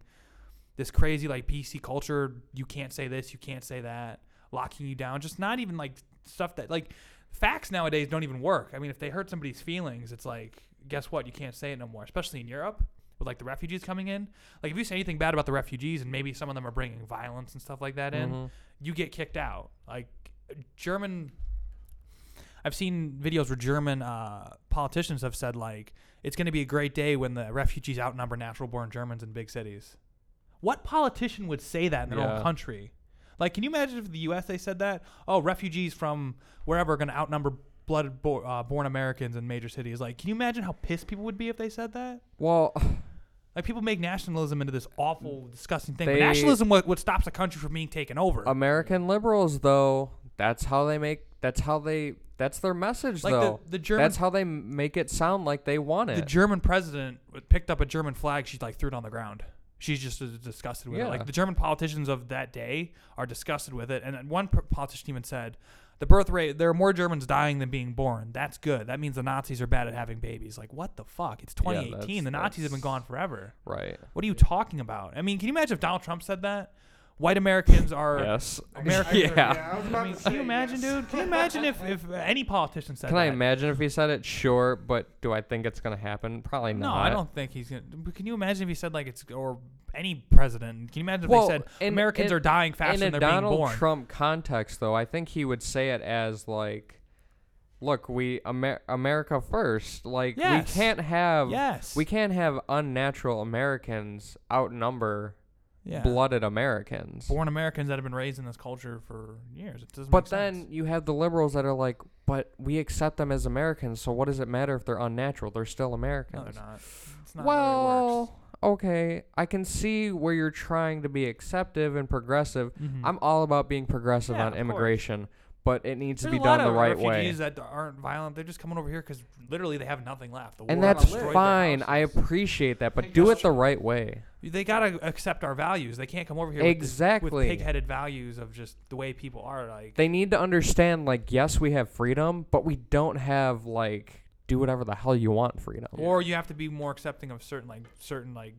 Speaker 5: this crazy like PC culture. You can't say this. You can't say that. Locking you down. Just not even like stuff that like facts nowadays don't even work. I mean, if they hurt somebody's feelings, it's like guess what? You can't say it no more. Especially in Europe with like the refugees coming in. Like if you say anything bad about the refugees and maybe some of them are bringing violence and stuff like that
Speaker 1: Mm-hmm.
Speaker 5: in,
Speaker 3: Mhm.
Speaker 5: you get kicked out. Like German, I've seen videos where German uh, politicians have said like it's going to be a great day when the refugees outnumber natural-born Germans in big cities. What politician would say that in their
Speaker 3: Yeah.
Speaker 5: own country? Like, can you imagine if the U.S. they said that? Oh, refugees from wherever are going to outnumber blood bo- uh, born Americans in major cities. Like, can you imagine how pissed people would be if they said that?
Speaker 3: Well, (sighs)
Speaker 5: Like, people make nationalism into this awful, disgusting thing. but
Speaker 3: They- Um,
Speaker 5: nationalism what, what stops a country from being taken over.
Speaker 3: American liberals though, that's how they make that's how they that's their message
Speaker 5: like
Speaker 3: though.
Speaker 5: the, the German
Speaker 3: that's how they m- make it sound like they want
Speaker 5: the
Speaker 3: it.
Speaker 5: German president w- picked up a German flag. She like threw it on the ground. She's just as disgusted with
Speaker 3: Yeah.
Speaker 5: it. Like the German politicians of that day are disgusted with it. And then one p- politician even said, "The birth rate. There are more Germans dying than being born. That's good. That means the Nazis are bad at having babies. Like what the fuck? It's 2018.
Speaker 3: that's-
Speaker 5: the Nazis have been
Speaker 3: that's-
Speaker 5: gone forever.
Speaker 3: right.
Speaker 5: What are you talking about? I mean, can you imagine if Donald Trump said that? White Americans are
Speaker 3: Yes. (laughs)
Speaker 5: American.
Speaker 3: Yeah.
Speaker 1: (laughs) I was about
Speaker 5: I mean,
Speaker 1: to
Speaker 5: can
Speaker 1: say
Speaker 5: you imagine,
Speaker 1: yes.
Speaker 5: dude? Can you imagine if, if any politician said
Speaker 3: Can
Speaker 5: that?
Speaker 3: I imagine if he said it? Sure, but do I think it's gonna happen? Probably
Speaker 5: No,
Speaker 3: not.
Speaker 5: I don't think he's gonna. but Can you imagine if he said like it's or any president? Can you imagine if
Speaker 3: Well,
Speaker 5: they said
Speaker 3: in-
Speaker 5: Americans
Speaker 3: in-
Speaker 5: are dying
Speaker 3: In
Speaker 5: faster
Speaker 3: a
Speaker 5: than they're
Speaker 3: Donald
Speaker 5: being born?
Speaker 3: Trump context, though, I think he would say it as like, "Look, we Amer- America first. Like
Speaker 5: Yes.
Speaker 3: we can't have
Speaker 5: yes,
Speaker 3: we can't have unnatural Americans outnumber
Speaker 5: yeah.
Speaker 3: blooded Americans."
Speaker 5: born Americans that have been raised in this culture for years. It doesn't.
Speaker 3: But
Speaker 5: make
Speaker 3: then
Speaker 5: sense.
Speaker 3: you have the liberals that are like, "But we accept them as Americans, so what does it matter if they're unnatural? They're still
Speaker 5: no,
Speaker 3: Americans."
Speaker 5: they're not. It's not
Speaker 3: well, okay, I can see where you're trying to be acceptive and progressive.
Speaker 5: Mm-hmm.
Speaker 3: I'm all about being progressive
Speaker 5: Hmm. Yeah,
Speaker 3: on
Speaker 5: of course.
Speaker 3: immigration, but it needs
Speaker 5: There's
Speaker 3: to
Speaker 5: a
Speaker 3: be
Speaker 5: lot
Speaker 3: done the
Speaker 5: of
Speaker 3: right way.
Speaker 5: refugees that aren't violent. They're just coming over here because literally they have nothing left. The
Speaker 3: And
Speaker 5: war
Speaker 3: that's
Speaker 5: destroyed their
Speaker 3: fine. I
Speaker 5: houses.
Speaker 3: appreciate that,
Speaker 5: They
Speaker 3: but do
Speaker 5: just-
Speaker 3: it the right way.
Speaker 5: they gotta accept our values. They can't come over here with, this,
Speaker 3: Exactly.
Speaker 5: with pig-headed values of just the way people are. Like
Speaker 3: They need to understand like yes, we have freedom, but we don't have like do whatever the hell you want freedom.
Speaker 5: or you have to be more accepting of certain like certain like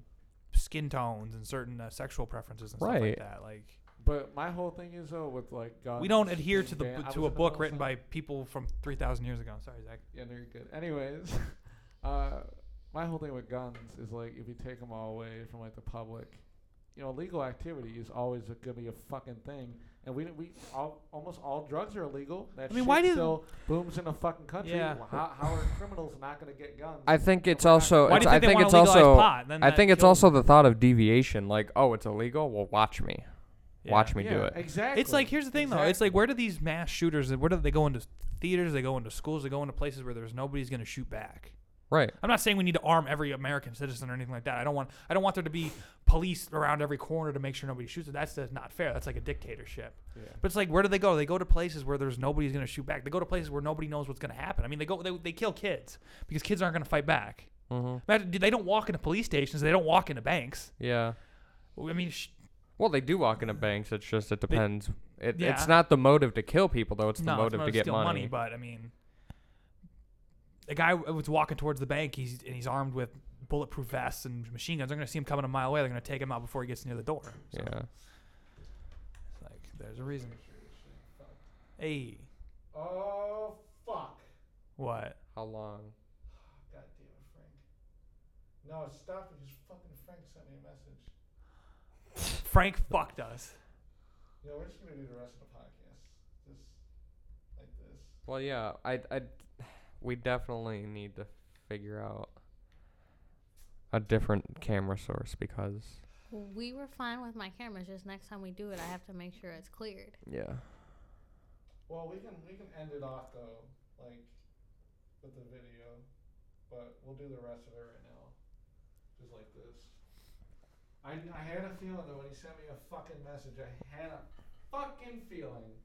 Speaker 5: skin tones and certain uh, sexual preferences and stuff
Speaker 3: Right.
Speaker 5: like that. Like
Speaker 1: But my whole thing is though with like guns.
Speaker 5: we don't adhere to the
Speaker 1: being
Speaker 5: bo-
Speaker 1: banned- I
Speaker 5: to
Speaker 1: was
Speaker 5: a
Speaker 1: in the
Speaker 5: book
Speaker 1: middle of
Speaker 5: written by
Speaker 1: something.
Speaker 5: people from 3,000 years ago. Sorry, Zach.
Speaker 1: Yeah, no, you're good. Anyways, (laughs) uh, my whole thing with guns is like if you take them all away from like the public, you know, illegal activity is always a- gonna be a fucking thing. And we we all, almost all drugs are illegal. That
Speaker 5: I mean,
Speaker 1: shit
Speaker 5: why do-
Speaker 1: still booms in a fucking country?
Speaker 5: Yeah.
Speaker 1: Well, How, how are criminals not gonna get guns?
Speaker 3: I think it's
Speaker 1: Why not?
Speaker 3: also
Speaker 5: Why
Speaker 3: it's,
Speaker 5: do you
Speaker 3: I
Speaker 5: think they
Speaker 3: think
Speaker 5: wanna
Speaker 3: it's
Speaker 5: legalize
Speaker 3: also
Speaker 5: pot? Then
Speaker 3: I
Speaker 5: that
Speaker 3: think it's
Speaker 5: kills
Speaker 3: also the thought of deviation like oh it's illegal, well watch me. Watch me
Speaker 1: yeah,
Speaker 3: do it.
Speaker 1: Exactly.
Speaker 5: It's like here's the thing though. It's like where do these mass shooters? Where do they go into theaters? They go into schools. They go into places where there's nobody's going to shoot back.
Speaker 3: Right.
Speaker 5: I'm not saying we need to arm every American citizen or anything like that. I don't want I don't want there to be police around every corner to make sure nobody shoots. That's just not fair. That's like a dictatorship.
Speaker 1: Yeah.
Speaker 5: But it's like where do they go? They go to places where there's nobody's going to shoot back. They go to places where nobody knows what's going to happen. I mean, they go they, they kill kids because kids aren't going to fight back.
Speaker 3: Mhm.
Speaker 5: Imagine, they don't walk into police stations. They don't walk into banks.
Speaker 3: Yeah.
Speaker 5: I mean, sh-
Speaker 3: Well, they do walk into banks. It's just it depends. It,
Speaker 5: Yeah.
Speaker 3: It's not the motive to kill people though. It's the
Speaker 5: no,
Speaker 3: motive
Speaker 5: it's
Speaker 3: to
Speaker 5: not
Speaker 3: get
Speaker 5: steal
Speaker 3: money.
Speaker 5: But I mean, the guy w- was walking towards the bank. He's and he's armed with bulletproof vests and machine guns. They're going to see him coming a mile away. They're going to take him out before he gets near the door. So.
Speaker 3: yeah.
Speaker 5: It's like there's a reason. Hey,
Speaker 1: Oh fuck!
Speaker 5: what?
Speaker 3: How long?
Speaker 1: God damn it, Frank. No, stop it! Just fucking Frank sent me a message.
Speaker 5: Frank fucked us.
Speaker 1: You know, we're just gonna do the rest of the podcast just like this.
Speaker 3: Well, yeah. I I we definitely need to figure out a different camera source because
Speaker 2: We were fine with my cameras. Just next time we do it, I have to make sure it's cleared.
Speaker 3: yeah.
Speaker 1: Well, we can we can end it off though, like with the video, but we'll do the rest of it right now, just like this. I I had a feeling though when he sent me a fucking message. I had a fucking feeling.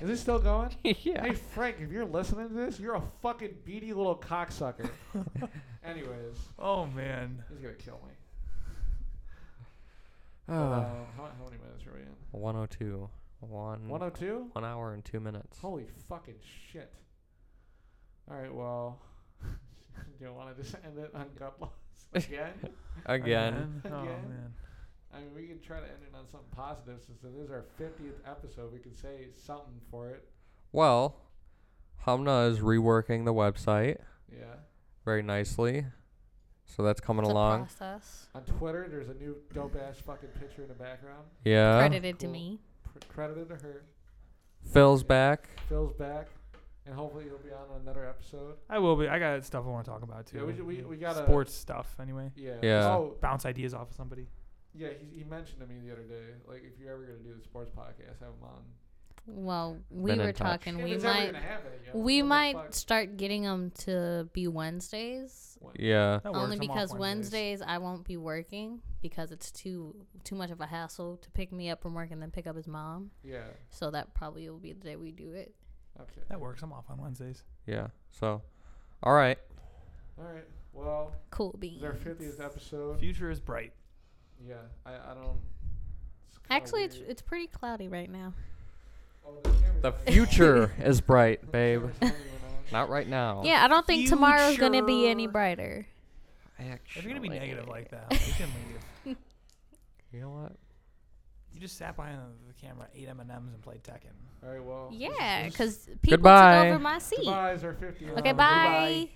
Speaker 1: Is this still going?
Speaker 3: (laughs) yeah.
Speaker 1: (laughs) Hey Frank, if you're listening to this, you're a fucking beady little cocksucker. Anyways,
Speaker 5: Oh man.
Speaker 1: he's gonna kill me. Uh,
Speaker 3: Uh,
Speaker 1: how, how many minutes are we in?
Speaker 3: 102. One,
Speaker 1: One oh two.
Speaker 3: one hour and two minutes.
Speaker 1: Holy fucking shit. All right, well, (laughs) do you want to just (laughs) end it on gut loss
Speaker 3: (laughs)
Speaker 1: again?
Speaker 3: Again.
Speaker 5: Oh
Speaker 1: Again?
Speaker 5: man.
Speaker 1: I mean, we can try to end it on something positive since it is our 50th episode. We can say something for it.
Speaker 3: Well, Humna is reworking the website
Speaker 1: Yeah.
Speaker 3: very nicely. So that's coming
Speaker 2: It's a
Speaker 3: along.
Speaker 2: process.
Speaker 1: On Twitter, there's a new dope ass fucking picture in the background.
Speaker 3: Yeah.
Speaker 2: Credited to
Speaker 1: Cool.
Speaker 2: me.
Speaker 1: Pr- credited to her.
Speaker 3: Phil's back.
Speaker 1: Phil's back. And hopefully, you'll be on another episode.
Speaker 5: I will be. I got stuff I want to talk about too.
Speaker 1: Yeah, we, we, we got a.
Speaker 5: sports stuff anyway.
Speaker 1: Yeah.
Speaker 3: Yeah.
Speaker 1: Oh,
Speaker 5: Bounce ideas off of somebody.
Speaker 1: yeah. He, he mentioned to me the other day, like, if you're ever going to do the sports podcast, have him on.
Speaker 2: Well, we
Speaker 3: Been in
Speaker 2: were
Speaker 3: touch.
Speaker 2: talking.
Speaker 1: If
Speaker 2: We
Speaker 1: it's ever
Speaker 2: might.
Speaker 1: gonna happen again, what
Speaker 2: We
Speaker 1: the
Speaker 2: might
Speaker 1: fuck?
Speaker 2: start getting them to be Wednesdays,
Speaker 1: What-
Speaker 3: Yeah.
Speaker 5: That works.
Speaker 2: only
Speaker 5: I'm off
Speaker 2: because
Speaker 5: Wednesdays.
Speaker 2: Wednesdays I won't be working because it's too too much of a hassle to pick me up from work and then pick up his mom.
Speaker 1: Yeah.
Speaker 2: So that probably will be the day we do it.
Speaker 1: Okay.
Speaker 5: That works. I'm off on Wednesdays.
Speaker 3: Yeah. So, all right.
Speaker 1: All right. Well,
Speaker 2: Cool
Speaker 1: this
Speaker 2: beans.
Speaker 1: is our fiftieth episode.
Speaker 5: Future is bright.
Speaker 1: Yeah. I, I don't. it's kinda
Speaker 2: Actually, it's
Speaker 1: weird.
Speaker 2: it's pretty cloudy right now.
Speaker 1: Oh, the camera's
Speaker 3: The
Speaker 1: not even (laughs)
Speaker 2: (laughs)
Speaker 3: future is
Speaker 1: on.
Speaker 3: bright,
Speaker 1: The
Speaker 3: babe.
Speaker 1: camera's not even on.
Speaker 3: Not right now.
Speaker 2: Yeah, I don't think tomorrow's gonna be any
Speaker 5: Future.
Speaker 2: brighter.
Speaker 3: Actually,
Speaker 5: If you're gonna be negative like that, you can leave.
Speaker 3: You know what?
Speaker 5: You just sat behind the camera, ate M and M's, and played Tekken.
Speaker 1: All right. Well. this is-
Speaker 2: Yeah,
Speaker 1: this is-
Speaker 2: because people
Speaker 3: Goodbye.
Speaker 2: took over my seat.
Speaker 1: Goodbye is our fiftieth.
Speaker 2: Okay, bye.